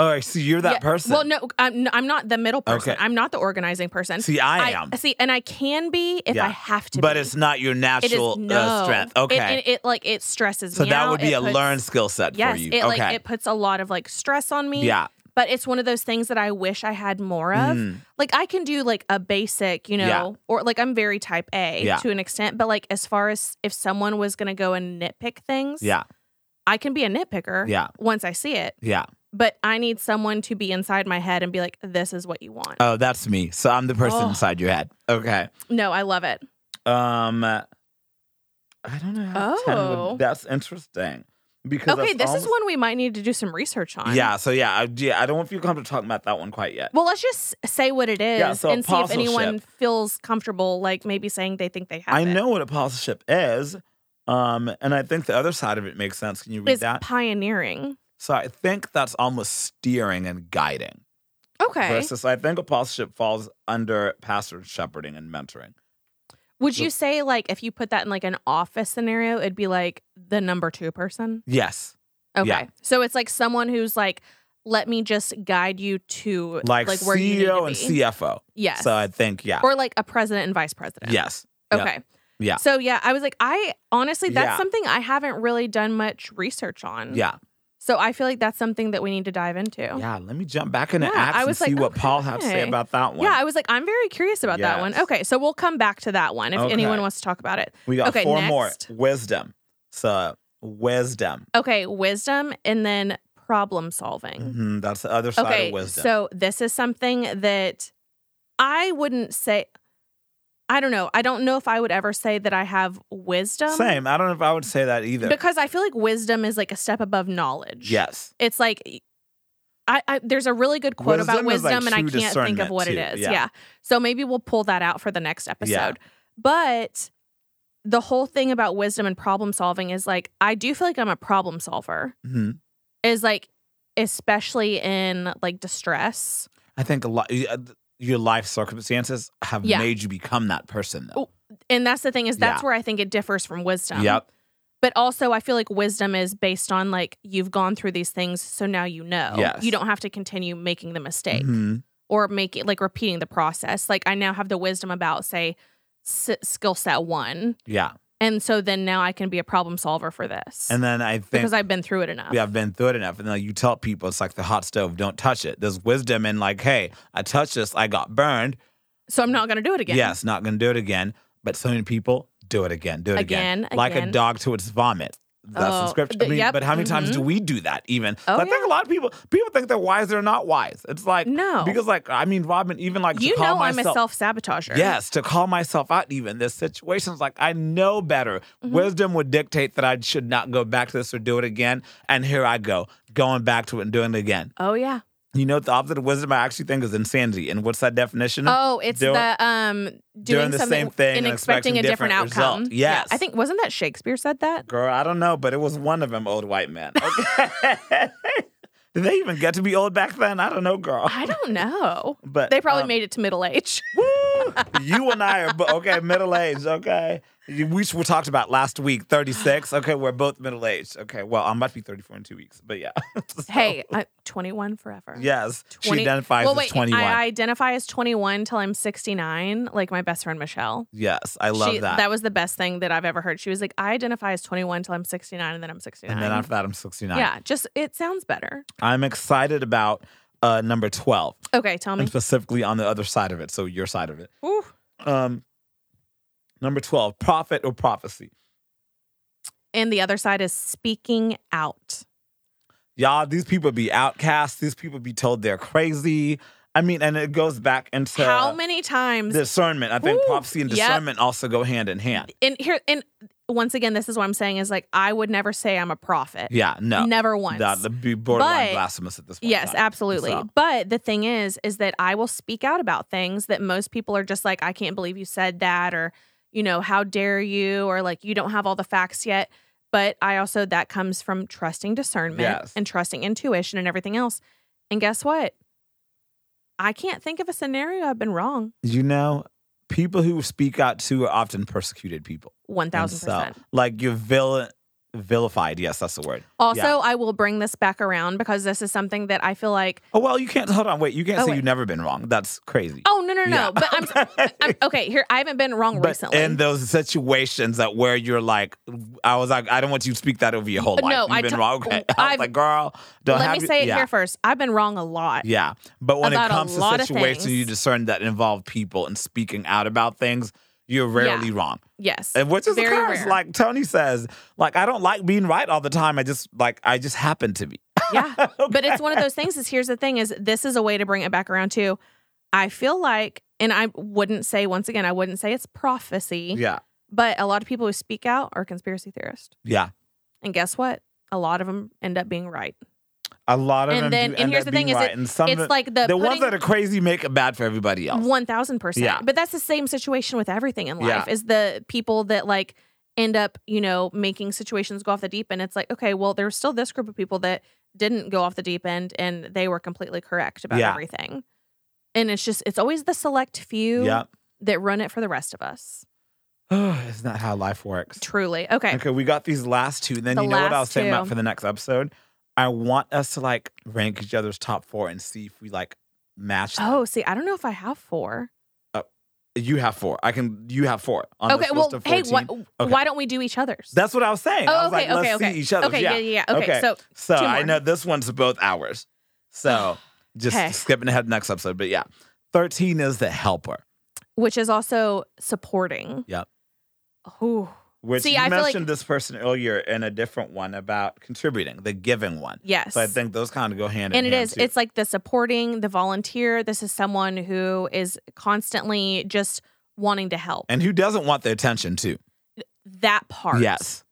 Speaker 2: All right. So you're that
Speaker 1: Yeah,
Speaker 2: person.
Speaker 1: Well, no, I'm, no, I'm not the middle person.
Speaker 2: Okay.
Speaker 1: I'm not the organizing person.
Speaker 2: see, I am.
Speaker 1: see, and I can be if
Speaker 2: Yeah.
Speaker 1: I have to.
Speaker 2: but
Speaker 1: be.
Speaker 2: it's not your
Speaker 1: It is-
Speaker 2: natural
Speaker 1: no.
Speaker 2: uh, strength.
Speaker 1: It-
Speaker 2: Okay.
Speaker 1: it, it, like it stresses
Speaker 2: So
Speaker 1: me.
Speaker 2: that
Speaker 1: out.
Speaker 2: would
Speaker 1: It
Speaker 2: be a
Speaker 1: puts-
Speaker 2: learned skill set
Speaker 1: Yes,
Speaker 2: for you.
Speaker 1: it
Speaker 2: okay.
Speaker 1: like it puts a lot of like stress on me.
Speaker 2: yeah.
Speaker 1: But it's one of those things that I wish I had more of.
Speaker 2: Mhm.
Speaker 1: Like I can do like a basic, you know,
Speaker 2: Yeah.
Speaker 1: or like I'm very type A
Speaker 2: Yeah.
Speaker 1: to an extent, but like as far as if someone was going to go and nitpick things,
Speaker 2: Yeah.
Speaker 1: I can be a nitpicker
Speaker 2: Yeah.
Speaker 1: once I see it.
Speaker 2: Yeah.
Speaker 1: But I need someone to be inside my head and be like this is what you want.
Speaker 2: Oh, that's me. So I'm the person
Speaker 1: Oh.
Speaker 2: inside your head. Okay.
Speaker 1: no, I love it.
Speaker 2: Um I don't know how to tell you what-
Speaker 1: Oh.
Speaker 2: that's interesting. Because
Speaker 1: Okay,
Speaker 2: that's
Speaker 1: this is
Speaker 2: almost-
Speaker 1: one we might need to do some research on.
Speaker 2: Yeah, so yeah, I, yeah, I don't feel comfortable talking about that one quite yet.
Speaker 1: Well, let's just say what it is
Speaker 2: Yeah, so
Speaker 1: and see if
Speaker 2: apostleship.
Speaker 1: anyone feels comfortable, like maybe saying they think they have
Speaker 2: I
Speaker 1: it.
Speaker 2: know what apostleship is. Um, and I think the other side of it makes sense. Can you read
Speaker 1: It's
Speaker 2: that?
Speaker 1: pioneering.
Speaker 2: So I think that's almost steering and guiding.
Speaker 1: Okay.
Speaker 2: Versus I think apostleship falls under pastor shepherding and mentoring.
Speaker 1: Would you say like if you put that in like an office scenario, it'd be like the number two person?
Speaker 2: Yes.
Speaker 1: Okay.
Speaker 2: Yeah.
Speaker 1: So it's like someone who's like, let me just guide you to
Speaker 2: Like,
Speaker 1: where
Speaker 2: CEO
Speaker 1: you need to
Speaker 2: and
Speaker 1: be.
Speaker 2: CFO.
Speaker 1: Yes.
Speaker 2: So I think, yeah.
Speaker 1: or like a president and vice president.
Speaker 2: yes. yeah.
Speaker 1: Okay.
Speaker 2: Yeah.
Speaker 1: So yeah, I was like, I honestly, that's
Speaker 2: Yeah.
Speaker 1: something I haven't really done much research on.
Speaker 2: Yeah.
Speaker 1: So I feel like that's something that we need to dive into.
Speaker 2: Yeah. Let me jump back into
Speaker 1: Yeah,
Speaker 2: Acts
Speaker 1: I
Speaker 2: and
Speaker 1: was
Speaker 2: see
Speaker 1: like,
Speaker 2: what Paul had to say
Speaker 1: okay.
Speaker 2: about that one.
Speaker 1: Yeah, I was like, I'm very curious about that one.
Speaker 2: Yes.
Speaker 1: Okay, so we'll come back to that one if
Speaker 2: Okay.
Speaker 1: anyone wants to talk about it.
Speaker 2: We got
Speaker 1: Okay,
Speaker 2: four
Speaker 1: next.
Speaker 2: more. Wisdom. So wisdom.
Speaker 1: Okay, wisdom and then problem solving.
Speaker 2: Mhm, That's the other side
Speaker 1: okay,
Speaker 2: of wisdom.
Speaker 1: so this is something that I wouldn't say. I don't know. I don't know if I would ever say that I have wisdom.
Speaker 2: Same. I don't know if I would say that either.
Speaker 1: Because I feel like wisdom is like a step above knowledge.
Speaker 2: yes.
Speaker 1: It's like I, I there's a really good quote about
Speaker 2: Wisdom is, like,
Speaker 1: wisdom and I
Speaker 2: true
Speaker 1: can't think of
Speaker 2: discernment,
Speaker 1: what
Speaker 2: too.
Speaker 1: it is.
Speaker 2: Yeah.
Speaker 1: Yeah. So maybe we'll pull that out for the next episode. But the whole thing about wisdom and problem solving is like I do feel like I'm a problem solver.
Speaker 2: Mhm.
Speaker 1: Is like especially in like distress.
Speaker 2: I think a lot. uh, Your life circumstances have
Speaker 1: Yeah.
Speaker 2: made you become that person, though.
Speaker 1: And that's the thing is that's
Speaker 2: Yeah.
Speaker 1: where I think it differs from wisdom.
Speaker 2: Yep.
Speaker 1: But also I feel like wisdom is based on like you've gone through these things so now you know.
Speaker 2: Yes.
Speaker 1: You don't have to continue making the mistake.
Speaker 2: Mhm.
Speaker 1: or make it like repeating the process. Like I now have the wisdom about say s- skill set one,
Speaker 2: Yeah.
Speaker 1: and so then now I can be a problem solver for this
Speaker 2: And then I think
Speaker 1: because I've been through it enough.
Speaker 2: Yeah, I've been through it enough. And like you tell people, it's like the hot stove, don't touch it. There's wisdom in like, hey, I touched this, I got burned.
Speaker 1: So I'm not gonna do it again.
Speaker 2: Yes, not gonna do it again. But so many people do it again, do it again.
Speaker 1: Again,
Speaker 2: Like a
Speaker 1: again.
Speaker 2: dog to its vomit. That's
Speaker 1: Oh,
Speaker 2: the scripture. I
Speaker 1: th-
Speaker 2: mean,
Speaker 1: yep,
Speaker 2: but how many times
Speaker 1: mhm.
Speaker 2: do we do that even? So
Speaker 1: Oh,
Speaker 2: I think
Speaker 1: yeah.
Speaker 2: a lot of people people think they're wise, they're not wise. It's like
Speaker 1: No.
Speaker 2: because like I mean, Robin, even like to
Speaker 1: you
Speaker 2: call
Speaker 1: know I'm
Speaker 2: myself,
Speaker 1: a self sabotager.
Speaker 2: Yes, to call myself out even. There's situations like I know better.
Speaker 1: Mm-hmm.
Speaker 2: Wisdom would dictate that I should not go back to this or do it again. And here I go, going back to it and doing it again.
Speaker 1: Oh yeah.
Speaker 2: You know, what the opposite of wisdom I actually think is insanity. And what's that definition?
Speaker 1: Oh, it's
Speaker 2: Doing-
Speaker 1: the um doing,
Speaker 2: the
Speaker 1: something
Speaker 2: same thing
Speaker 1: and
Speaker 2: and
Speaker 1: expecting,
Speaker 2: expecting
Speaker 1: a different,
Speaker 2: different
Speaker 1: outcome.
Speaker 2: result.
Speaker 1: Yeah.
Speaker 2: Yes.
Speaker 1: I think wasn't that Shakespeare said that?
Speaker 2: Girl, I don't know, but it was one of them old white men. Okay. Did they even get to be old back then? I don't know, girl.
Speaker 1: I don't know.
Speaker 2: But
Speaker 1: They probably
Speaker 2: um,
Speaker 1: made it to middle age.
Speaker 2: Woo! You and I are bo- okay, middle aged. Okay, we we talked about last week, thirty six. Okay, we're both middle aged. Okay, well, I'm about to be thirty four in two weeks, but yeah. So,
Speaker 1: hey, i 21 forever.
Speaker 2: yes, she
Speaker 1: 20
Speaker 2: identifies
Speaker 1: well,
Speaker 2: as
Speaker 1: wait,
Speaker 2: twenty one.
Speaker 1: I identify as 21 till I'm 69, like my best friend Michelle.
Speaker 2: yes, I love
Speaker 1: she,
Speaker 2: that.
Speaker 1: was the best thing that I've ever heard. She was like, I identify as 21 till I'm 69, and then I'm 69.
Speaker 2: And then after that, I'm sixty nine.
Speaker 1: yeah, just it sounds better.
Speaker 2: I'm excited about uh, number twelve,
Speaker 1: Okay, tell
Speaker 2: and
Speaker 1: me.
Speaker 2: specifically on the other side of it. So your side of it.
Speaker 1: Ooh.
Speaker 2: Um, number twelve, prophet or prophecy.
Speaker 1: And the other side is speaking out.
Speaker 2: Y'all, these people be outcast. These people be told they're crazy. I mean, and it goes back into
Speaker 1: How many times
Speaker 2: discernment. I think
Speaker 1: Woo.
Speaker 2: prophecy and
Speaker 1: Yep.
Speaker 2: discernment also go hand in hand.
Speaker 1: and here and once again this is what I'm saying is like I would never say I'm a prophet.
Speaker 2: Yeah, no.
Speaker 1: Never once.
Speaker 2: That would be borderline
Speaker 1: But-
Speaker 2: blasphemous at this point. in
Speaker 1: Yes,
Speaker 2: time.
Speaker 1: absolutely.
Speaker 2: So-
Speaker 1: But the thing is, is that I will speak out about things that most people are just like, I can't believe you said that, or, you know, how dare you, or like, you don't have all the facts yet. But I also, that comes from trusting discernment
Speaker 2: Yes.
Speaker 1: and trusting intuition and everything else. And guess what? I can't think of a scenario I've been wrong
Speaker 2: You know, people who speak out too are often persecuted people. And
Speaker 1: 1000%.
Speaker 2: So, like you're vil- vilified. Yes, that's the word.
Speaker 1: also,
Speaker 2: yeah.
Speaker 1: I will bring this back around because this is something that I feel like,
Speaker 2: Oh, well, you can't. Hold on. Wait, you can't
Speaker 1: Oh,
Speaker 2: say
Speaker 1: wait.
Speaker 2: you've never been wrong. That's crazy.
Speaker 1: oh, no, no, no.
Speaker 2: Yeah.
Speaker 1: But I'm, I'm, okay, here, I haven't been wrong
Speaker 2: But
Speaker 1: recently.
Speaker 2: in those situations that where you're like, I was like, I don't want you to speak that over your whole
Speaker 1: No,
Speaker 2: life. You've
Speaker 1: I
Speaker 2: been
Speaker 1: t-
Speaker 2: wrong. Okay. I was
Speaker 1: I've-
Speaker 2: like, girl, don't
Speaker 1: Let
Speaker 2: have
Speaker 1: me
Speaker 2: you-
Speaker 1: say it
Speaker 2: yeah.
Speaker 1: here first. I've been wrong a lot.
Speaker 2: Yeah. But when it
Speaker 1: About a
Speaker 2: comes
Speaker 1: lot
Speaker 2: to
Speaker 1: of
Speaker 2: situations
Speaker 1: things.
Speaker 2: you discern that involve people and speaking out about things, you're rarely wrong.
Speaker 1: Yes.
Speaker 2: And which is
Speaker 1: Very
Speaker 2: a curse.
Speaker 1: rare.
Speaker 2: Like Tony says, like I don't like being right all the time. I just like I just happen to be.
Speaker 1: yeah. But it's one of those things is here's the thing is this is a way to bring it back around too. I feel like and I wouldn't say once again, I wouldn't say it's prophecy,
Speaker 2: Yeah.
Speaker 1: but a lot of people who speak out are conspiracy theorists.
Speaker 2: Yeah.
Speaker 1: And guess what? A lot of them end up being right.
Speaker 2: A lot of
Speaker 1: And
Speaker 2: them
Speaker 1: then-
Speaker 2: do
Speaker 1: and
Speaker 2: end
Speaker 1: here's
Speaker 2: up
Speaker 1: the thing
Speaker 2: being
Speaker 1: is
Speaker 2: right.
Speaker 1: it-
Speaker 2: and some
Speaker 1: it's
Speaker 2: of-
Speaker 1: like the,
Speaker 2: the ones
Speaker 1: putting-
Speaker 2: that are crazy make it bad for everybody else.
Speaker 1: One thousand
Speaker 2: Yeah.
Speaker 1: percent. But that's the same situation with everything in life.
Speaker 2: Yeah.
Speaker 1: Is the people that like end up, you know, making situations go off the deep end. It's like, okay, well, there's still this group of people that didn't go off the deep end and they were completely correct about
Speaker 2: Yeah.
Speaker 1: everything. And it's just it's always the select few
Speaker 2: Yeah.
Speaker 1: that run it for the rest of us.
Speaker 2: Isn't that how life works?
Speaker 1: Truly. Okay.
Speaker 2: Okay, we got these last two. And then
Speaker 1: The
Speaker 2: you know what I'll
Speaker 1: last
Speaker 2: say about
Speaker 1: two.
Speaker 2: for the next episode? I want us to like rank each other's top four and see if we like match. them.
Speaker 1: Oh, see, I don't know if I have four.
Speaker 2: You have four. I can. You have four. On
Speaker 1: Okay,
Speaker 2: this
Speaker 1: well,
Speaker 2: list of
Speaker 1: hey,
Speaker 2: 14.
Speaker 1: why, why don't we do each other's?
Speaker 2: That's what I was saying. I
Speaker 1: oh,
Speaker 2: was
Speaker 1: okay,
Speaker 2: like, let's
Speaker 1: okay, okay.
Speaker 2: see each other's.
Speaker 1: okay,
Speaker 2: yeah.
Speaker 1: yeah, yeah, yeah. Okay,
Speaker 2: Okay.
Speaker 1: so
Speaker 2: So
Speaker 1: Two
Speaker 2: I
Speaker 1: more.
Speaker 2: know this one's both hours. So just
Speaker 1: Okay.
Speaker 2: skipping ahead to next episode. But yeah, 13 is the helper,
Speaker 1: which is also supporting.
Speaker 2: Yep.
Speaker 1: Ooh.
Speaker 2: which
Speaker 1: See,
Speaker 2: you
Speaker 1: I feel like-
Speaker 2: mentioned this person earlier in a different one about contributing, the giving one.
Speaker 1: Yes.
Speaker 2: So I think those kind of go hand
Speaker 1: and
Speaker 2: in
Speaker 1: it
Speaker 2: hand.
Speaker 1: is.
Speaker 2: too.
Speaker 1: It's like the supporting, the volunteer. This is someone who is constantly just wanting to help.
Speaker 2: and who doesn't want the attention too?
Speaker 1: that part.
Speaker 2: Yes.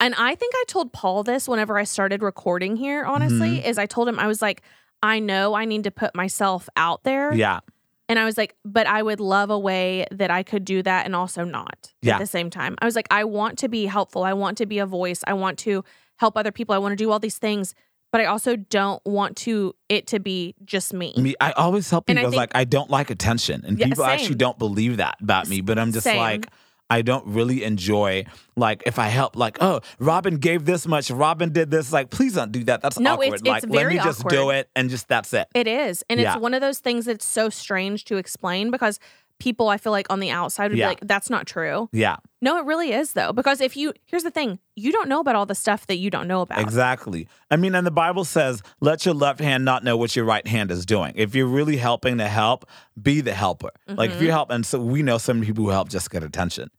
Speaker 1: And I think I told Paul this whenever I started recording here, honestly,
Speaker 2: Mm-hmm.
Speaker 1: is I told him I was like, I know I need to put myself out there.
Speaker 2: Yeah.
Speaker 1: And I was like, but I would love a way that I could do that and also not
Speaker 2: Yeah.
Speaker 1: at the same time. I was like, I want to be helpful. I want to be a voice. I want to help other people. I want to do all these things, but I also don't want to it to be just me.
Speaker 2: Me, I always tell
Speaker 1: And
Speaker 2: people
Speaker 1: I
Speaker 2: I was
Speaker 1: think-
Speaker 2: like, I don't like attention. And
Speaker 1: Yeah,
Speaker 2: people actually
Speaker 1: same.
Speaker 2: don't believe that about me. But I'm just
Speaker 1: Same.
Speaker 2: like, I don't really enjoy like if I help like, oh, Robin gave this much, Robin did this, like, please don't do that. That's
Speaker 1: No,
Speaker 2: awkward.
Speaker 1: it's- it's
Speaker 2: like, let
Speaker 1: very
Speaker 2: me just
Speaker 1: awkward.
Speaker 2: do it and just that's it.
Speaker 1: It is. And
Speaker 2: Yeah.
Speaker 1: it's one of those things that's so strange to explain because people I feel like on the outside would
Speaker 2: Yeah.
Speaker 1: be like, that's not true.
Speaker 2: Yeah,
Speaker 1: No, it really is though. Because if you here's the thing, you don't know about all the stuff that you don't know about.
Speaker 2: exactly. I mean, and the Bible says, let your left hand not know what your right hand is doing. If you're really helping to help, be the helper. Like if
Speaker 1: Mhm.
Speaker 2: you help, and so we know some people who help just get attention,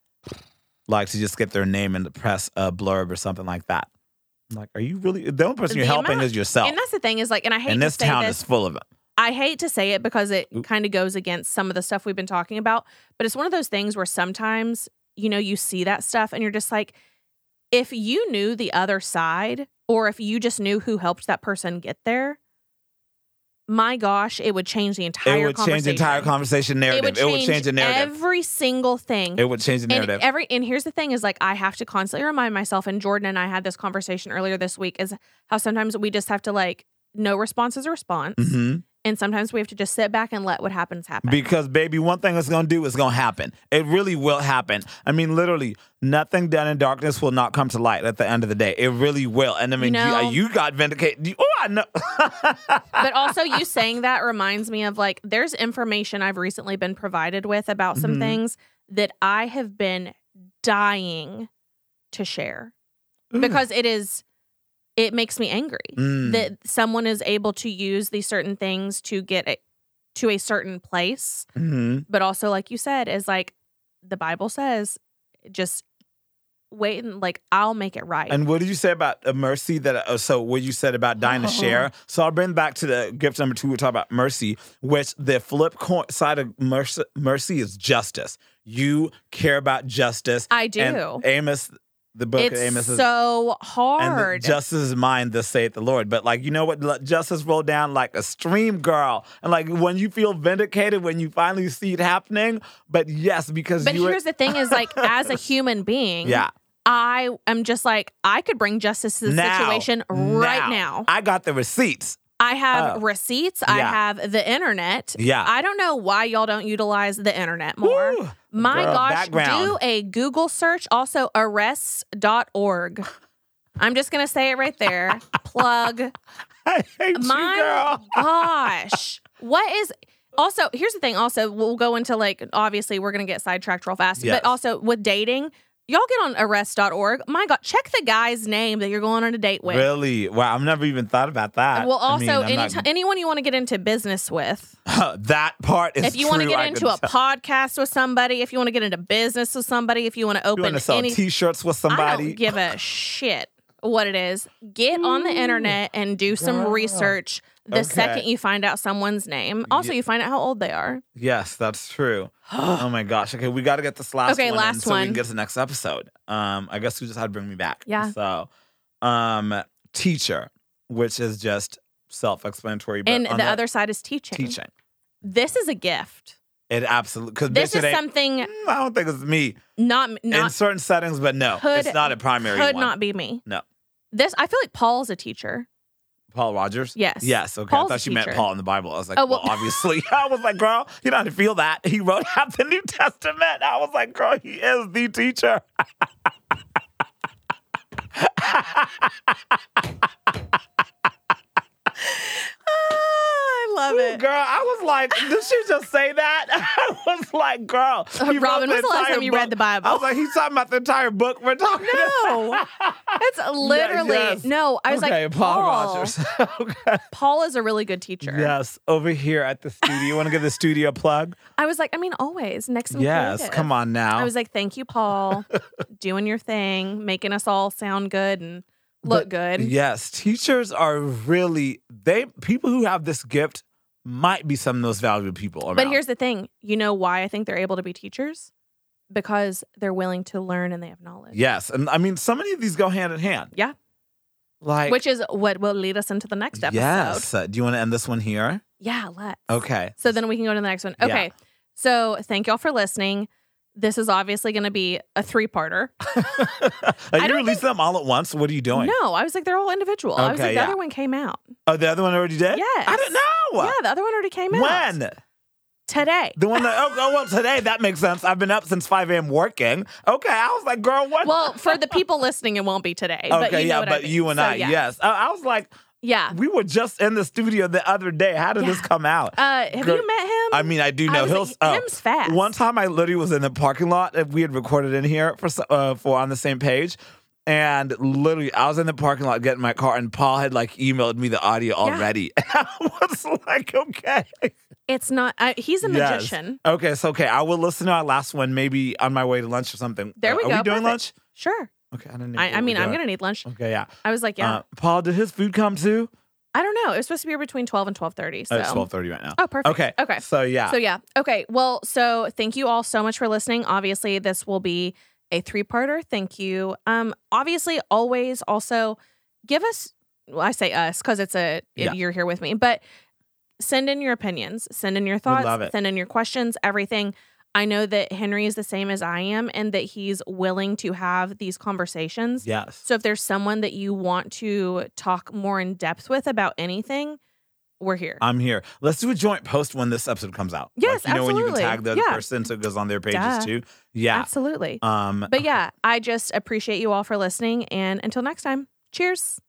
Speaker 2: like to just get their name and press a blurb or something like that. I'm Like, are you really the only person you're
Speaker 1: The
Speaker 2: helping
Speaker 1: amount-
Speaker 2: is yourself?
Speaker 1: And that's the thing is like, and I hate
Speaker 2: And
Speaker 1: to
Speaker 2: this
Speaker 1: say
Speaker 2: town
Speaker 1: this,
Speaker 2: is full of them.
Speaker 1: I hate to say it because it
Speaker 2: Oop.
Speaker 1: kind of goes against some of the stuff we've been talking about, but it's one of those things where sometimes, you know, you see that stuff and you're just like, if you knew the other side or if you just knew who helped that person get there, my gosh, it would change the entire
Speaker 2: It would change the entire conversation narrative. It would change, the narrative.
Speaker 1: Every single thing.
Speaker 2: it would change the narrative.
Speaker 1: And every and here's the thing is like I have to constantly remind myself and Jordan and I had this conversation earlier this week is how sometimes we just have to like no response is a response
Speaker 2: Mhm.
Speaker 1: and sometimes we have to just sit back and let what happens happen.
Speaker 2: Because, baby, one thing it's going to do is going to happen. It really will happen. I mean, literally, nothing done in darkness will not come to light at the end of the day. It really will. And I mean, you, uh,
Speaker 1: know-
Speaker 2: you got vindicated. You- oh, I know.
Speaker 1: but also you saying that reminds me of like there's information I've recently been provided with about some
Speaker 2: Mhm.
Speaker 1: things that I have been dying to share because it is it makes me angry
Speaker 2: Mm.
Speaker 1: that someone is able to use these certain things to get it to a certain place
Speaker 2: Mhm.
Speaker 1: but also like you said is like the bible says just wait and like I'll make it right.
Speaker 2: And what did you say about uh, mercy? That uh, so what you said about dying
Speaker 1: Oh.
Speaker 2: to share. So I'll bring back to the gift number two. We talk about mercy, which the flip co- side of mercy, mercy is justice. You care about justice.
Speaker 1: I do.
Speaker 2: And Amos, the book
Speaker 1: it's
Speaker 2: of Amos is.
Speaker 1: so
Speaker 2: and the
Speaker 1: hard.
Speaker 2: justice is mine, thus saith the Lord. But like you know what, Let justice roll down like a stream, girl. And like when you feel vindicated, when you finally see it happening. But yes, because
Speaker 1: but
Speaker 2: you were-
Speaker 1: here's the thing: is like as a human being,
Speaker 2: yeah,
Speaker 1: I am just like I could bring justice to the
Speaker 2: Now.
Speaker 1: situation right now.
Speaker 2: I got the receipts.
Speaker 1: I have
Speaker 2: Oh.
Speaker 1: receipts. I
Speaker 2: Yeah.
Speaker 1: have the internet.
Speaker 2: Yeah.
Speaker 1: I don't know why y'all don't utilize the internet more.
Speaker 2: Woo.
Speaker 1: My
Speaker 2: Girl,
Speaker 1: gosh,
Speaker 2: background.
Speaker 1: do a Google search. Also, arrests.org. I'm just going to say it right there. Plug.
Speaker 2: I hate
Speaker 1: My
Speaker 2: you, girl.
Speaker 1: gosh. What is. Also, here's the thing. Also, we'll go into like, obviously, we're going to get sidetracked real fast.
Speaker 2: Yes.
Speaker 1: But also with dating, y'all get on arrest.org. My God, check the guy's name that you're going on a date with.
Speaker 2: Really? Wow, I've never even thought about that.
Speaker 1: Well,
Speaker 2: I mean,
Speaker 1: also,
Speaker 2: I'm not-
Speaker 1: anytime, anyone you want to get into business with,
Speaker 2: that part is
Speaker 1: if you want to
Speaker 2: true,
Speaker 1: get
Speaker 2: I
Speaker 1: into
Speaker 2: can
Speaker 1: a
Speaker 2: tell.
Speaker 1: podcast with somebody, if you want to get into business with somebody, if you want to
Speaker 2: you
Speaker 1: open
Speaker 2: want to sell
Speaker 1: any,
Speaker 2: T-shirts with
Speaker 1: I
Speaker 2: somebody.
Speaker 1: don't give a shit what it is. Get on the
Speaker 2: Ooh,
Speaker 1: internet and do some
Speaker 2: girl.
Speaker 1: research the
Speaker 2: Okay.
Speaker 1: second you find out someone's name. Also,
Speaker 2: Ye-
Speaker 1: you find out how old they are.
Speaker 2: yes, that's true. oh my gosh. Okay, we got to get this last
Speaker 1: Okay,
Speaker 2: one in
Speaker 1: last
Speaker 2: so we
Speaker 1: one.
Speaker 2: can get to the next episode. Um, I guess we just had to bring me back.
Speaker 1: Yeah.
Speaker 2: So, um, teacher, which is just self-explanatory, but
Speaker 1: and the
Speaker 2: on
Speaker 1: other side is teaching.
Speaker 2: teaching,
Speaker 1: This is a gift.
Speaker 2: it absolutely because
Speaker 1: This is something
Speaker 2: mm, I don't think it's me
Speaker 1: not
Speaker 2: in
Speaker 1: not
Speaker 2: certain settings, but no,
Speaker 1: Could-
Speaker 2: it's not a primary
Speaker 1: could
Speaker 2: one.
Speaker 1: not be me.
Speaker 2: No.
Speaker 1: This I feel like Paul's a teacher.
Speaker 2: Paul Rogers?
Speaker 1: Yes.
Speaker 2: Yes. Okay.
Speaker 1: Paul's
Speaker 2: I
Speaker 1: a
Speaker 2: thought you meant
Speaker 1: teacher.
Speaker 2: Paul in the Bible. I was like,
Speaker 1: Oh,
Speaker 2: well,
Speaker 1: well-
Speaker 2: obviously. I was like, girl, you don't have to feel that. He wrote out the New Testament. I was like, girl, he is the teacher.
Speaker 1: Ah, I love it.
Speaker 2: Girl, I was like, did she just say that? I was like, girl. he wrote
Speaker 1: Oh, Robin, when's the last
Speaker 2: entire
Speaker 1: time you read
Speaker 2: book.
Speaker 1: the Bible?
Speaker 2: I was like, he's talking about the entire book we're talking about.
Speaker 1: No, that's literally
Speaker 2: yes.
Speaker 1: no. I was
Speaker 2: okay,
Speaker 1: like,
Speaker 2: Paul
Speaker 1: Paul,
Speaker 2: Rogers. okay.
Speaker 1: Paul is a really good teacher.
Speaker 2: Yes, over here at the studio. You want to give the studio a plug?
Speaker 1: I was like, I mean, always next.
Speaker 2: yes, come on now.
Speaker 1: I was like, thank you, Paul, doing your thing, making us all sound good and look good.
Speaker 2: Yes, teachers are really they people who have this gift might be some of the most valuable people around.
Speaker 1: But here's the thing: you know why I think they're able to be teachers because they're willing to learn and they have knowledge.
Speaker 2: yes, and I mean so many of these go hand in hand.
Speaker 1: Yeah.
Speaker 2: like
Speaker 1: Which is what will lead us into the next episode.
Speaker 2: Yes, Uh, do you want to end this one here?
Speaker 1: Yeah, let's.
Speaker 2: Okay,
Speaker 1: So then we can go to the next one.
Speaker 2: Yeah.
Speaker 1: Okay. So thank y'all for listening. This is obviously going to be a three-parter.
Speaker 2: are you
Speaker 1: don't
Speaker 2: releasing
Speaker 1: think-
Speaker 2: them all at once? What are you doing?
Speaker 1: No, I was like, they're all individual. I was
Speaker 2: Okay,
Speaker 1: like,
Speaker 2: yeah.
Speaker 1: the other one came out.
Speaker 2: Oh, the other one already did.
Speaker 1: Yes.
Speaker 2: I don't know.
Speaker 1: Yeah, the other one already came out.
Speaker 2: When
Speaker 1: Today.
Speaker 2: the one that oh, oh well today that makes sense. I've been up since five a.m. working. Okay, I was like, girl, what?
Speaker 1: Well, for the people listening, it won't be today.
Speaker 2: okay,
Speaker 1: but you know
Speaker 2: yeah,
Speaker 1: what I
Speaker 2: but
Speaker 1: mean.
Speaker 2: you and
Speaker 1: So,
Speaker 2: I,
Speaker 1: yeah.
Speaker 2: yes, I, I was like,
Speaker 1: Yeah.
Speaker 2: We were just in the studio the other day. How did this
Speaker 1: Yeah.
Speaker 2: come out?
Speaker 1: Uh, have
Speaker 2: Girl,
Speaker 1: you met him?
Speaker 2: I mean, I do know
Speaker 1: was
Speaker 2: he'll.
Speaker 1: like,
Speaker 2: oh,
Speaker 1: him's fast.
Speaker 2: One time, I literally was in the parking lot that we had recorded in here for so- uh, for on the same page, and literally, I was in the parking lot getting my car, and Paul had like emailed me the audio already. And I was like, okay,
Speaker 1: it's not. Uh, he's a
Speaker 2: Yes.
Speaker 1: magician.
Speaker 2: okay, it's okay. I will listen to our last one maybe on my way to lunch or something. Uh,
Speaker 1: There we
Speaker 2: are
Speaker 1: go,
Speaker 2: Are we doing
Speaker 1: perfect.
Speaker 2: lunch?
Speaker 1: Sure.
Speaker 2: Okay, I don't know.
Speaker 1: I, I mean, I'm gonna need lunch.
Speaker 2: to. Okay, yeah.
Speaker 1: I was like, yeah.
Speaker 2: Uh, Paul, did his food come too?
Speaker 1: I don't know. It was supposed to be between twelve and twelve thirty. So.
Speaker 2: Oh, it's twelve Um, thirty right now.
Speaker 1: Oh, perfect.
Speaker 2: Okay.
Speaker 1: Okay.
Speaker 2: So yeah.
Speaker 1: So yeah. Okay. Well, so thank you all so much for listening. Obviously, this will be a three-parter. Thank you. Um obviously always also give us well, I say us cuz it's a
Speaker 2: Yeah.
Speaker 1: you're here with me, but send in your opinions, send in your thoughts,
Speaker 2: love it.
Speaker 1: send in your questions, everything. I know that Henry is the same as I am and that he's willing to have these conversations.
Speaker 2: yes.
Speaker 1: So if there's someone that you want to talk more in depth with about anything, we're here.
Speaker 2: I'm here. Let's do a joint post when this episode comes out.
Speaker 1: Yes,
Speaker 2: like, you know when you
Speaker 1: absolutely.
Speaker 2: can tag the other
Speaker 1: Yeah.
Speaker 2: person so it goes on their pages
Speaker 1: Duh.
Speaker 2: too. Yeah.
Speaker 1: Absolutely.
Speaker 2: Um
Speaker 1: But yeah, I just appreciate you all for listening. And until next time, cheers.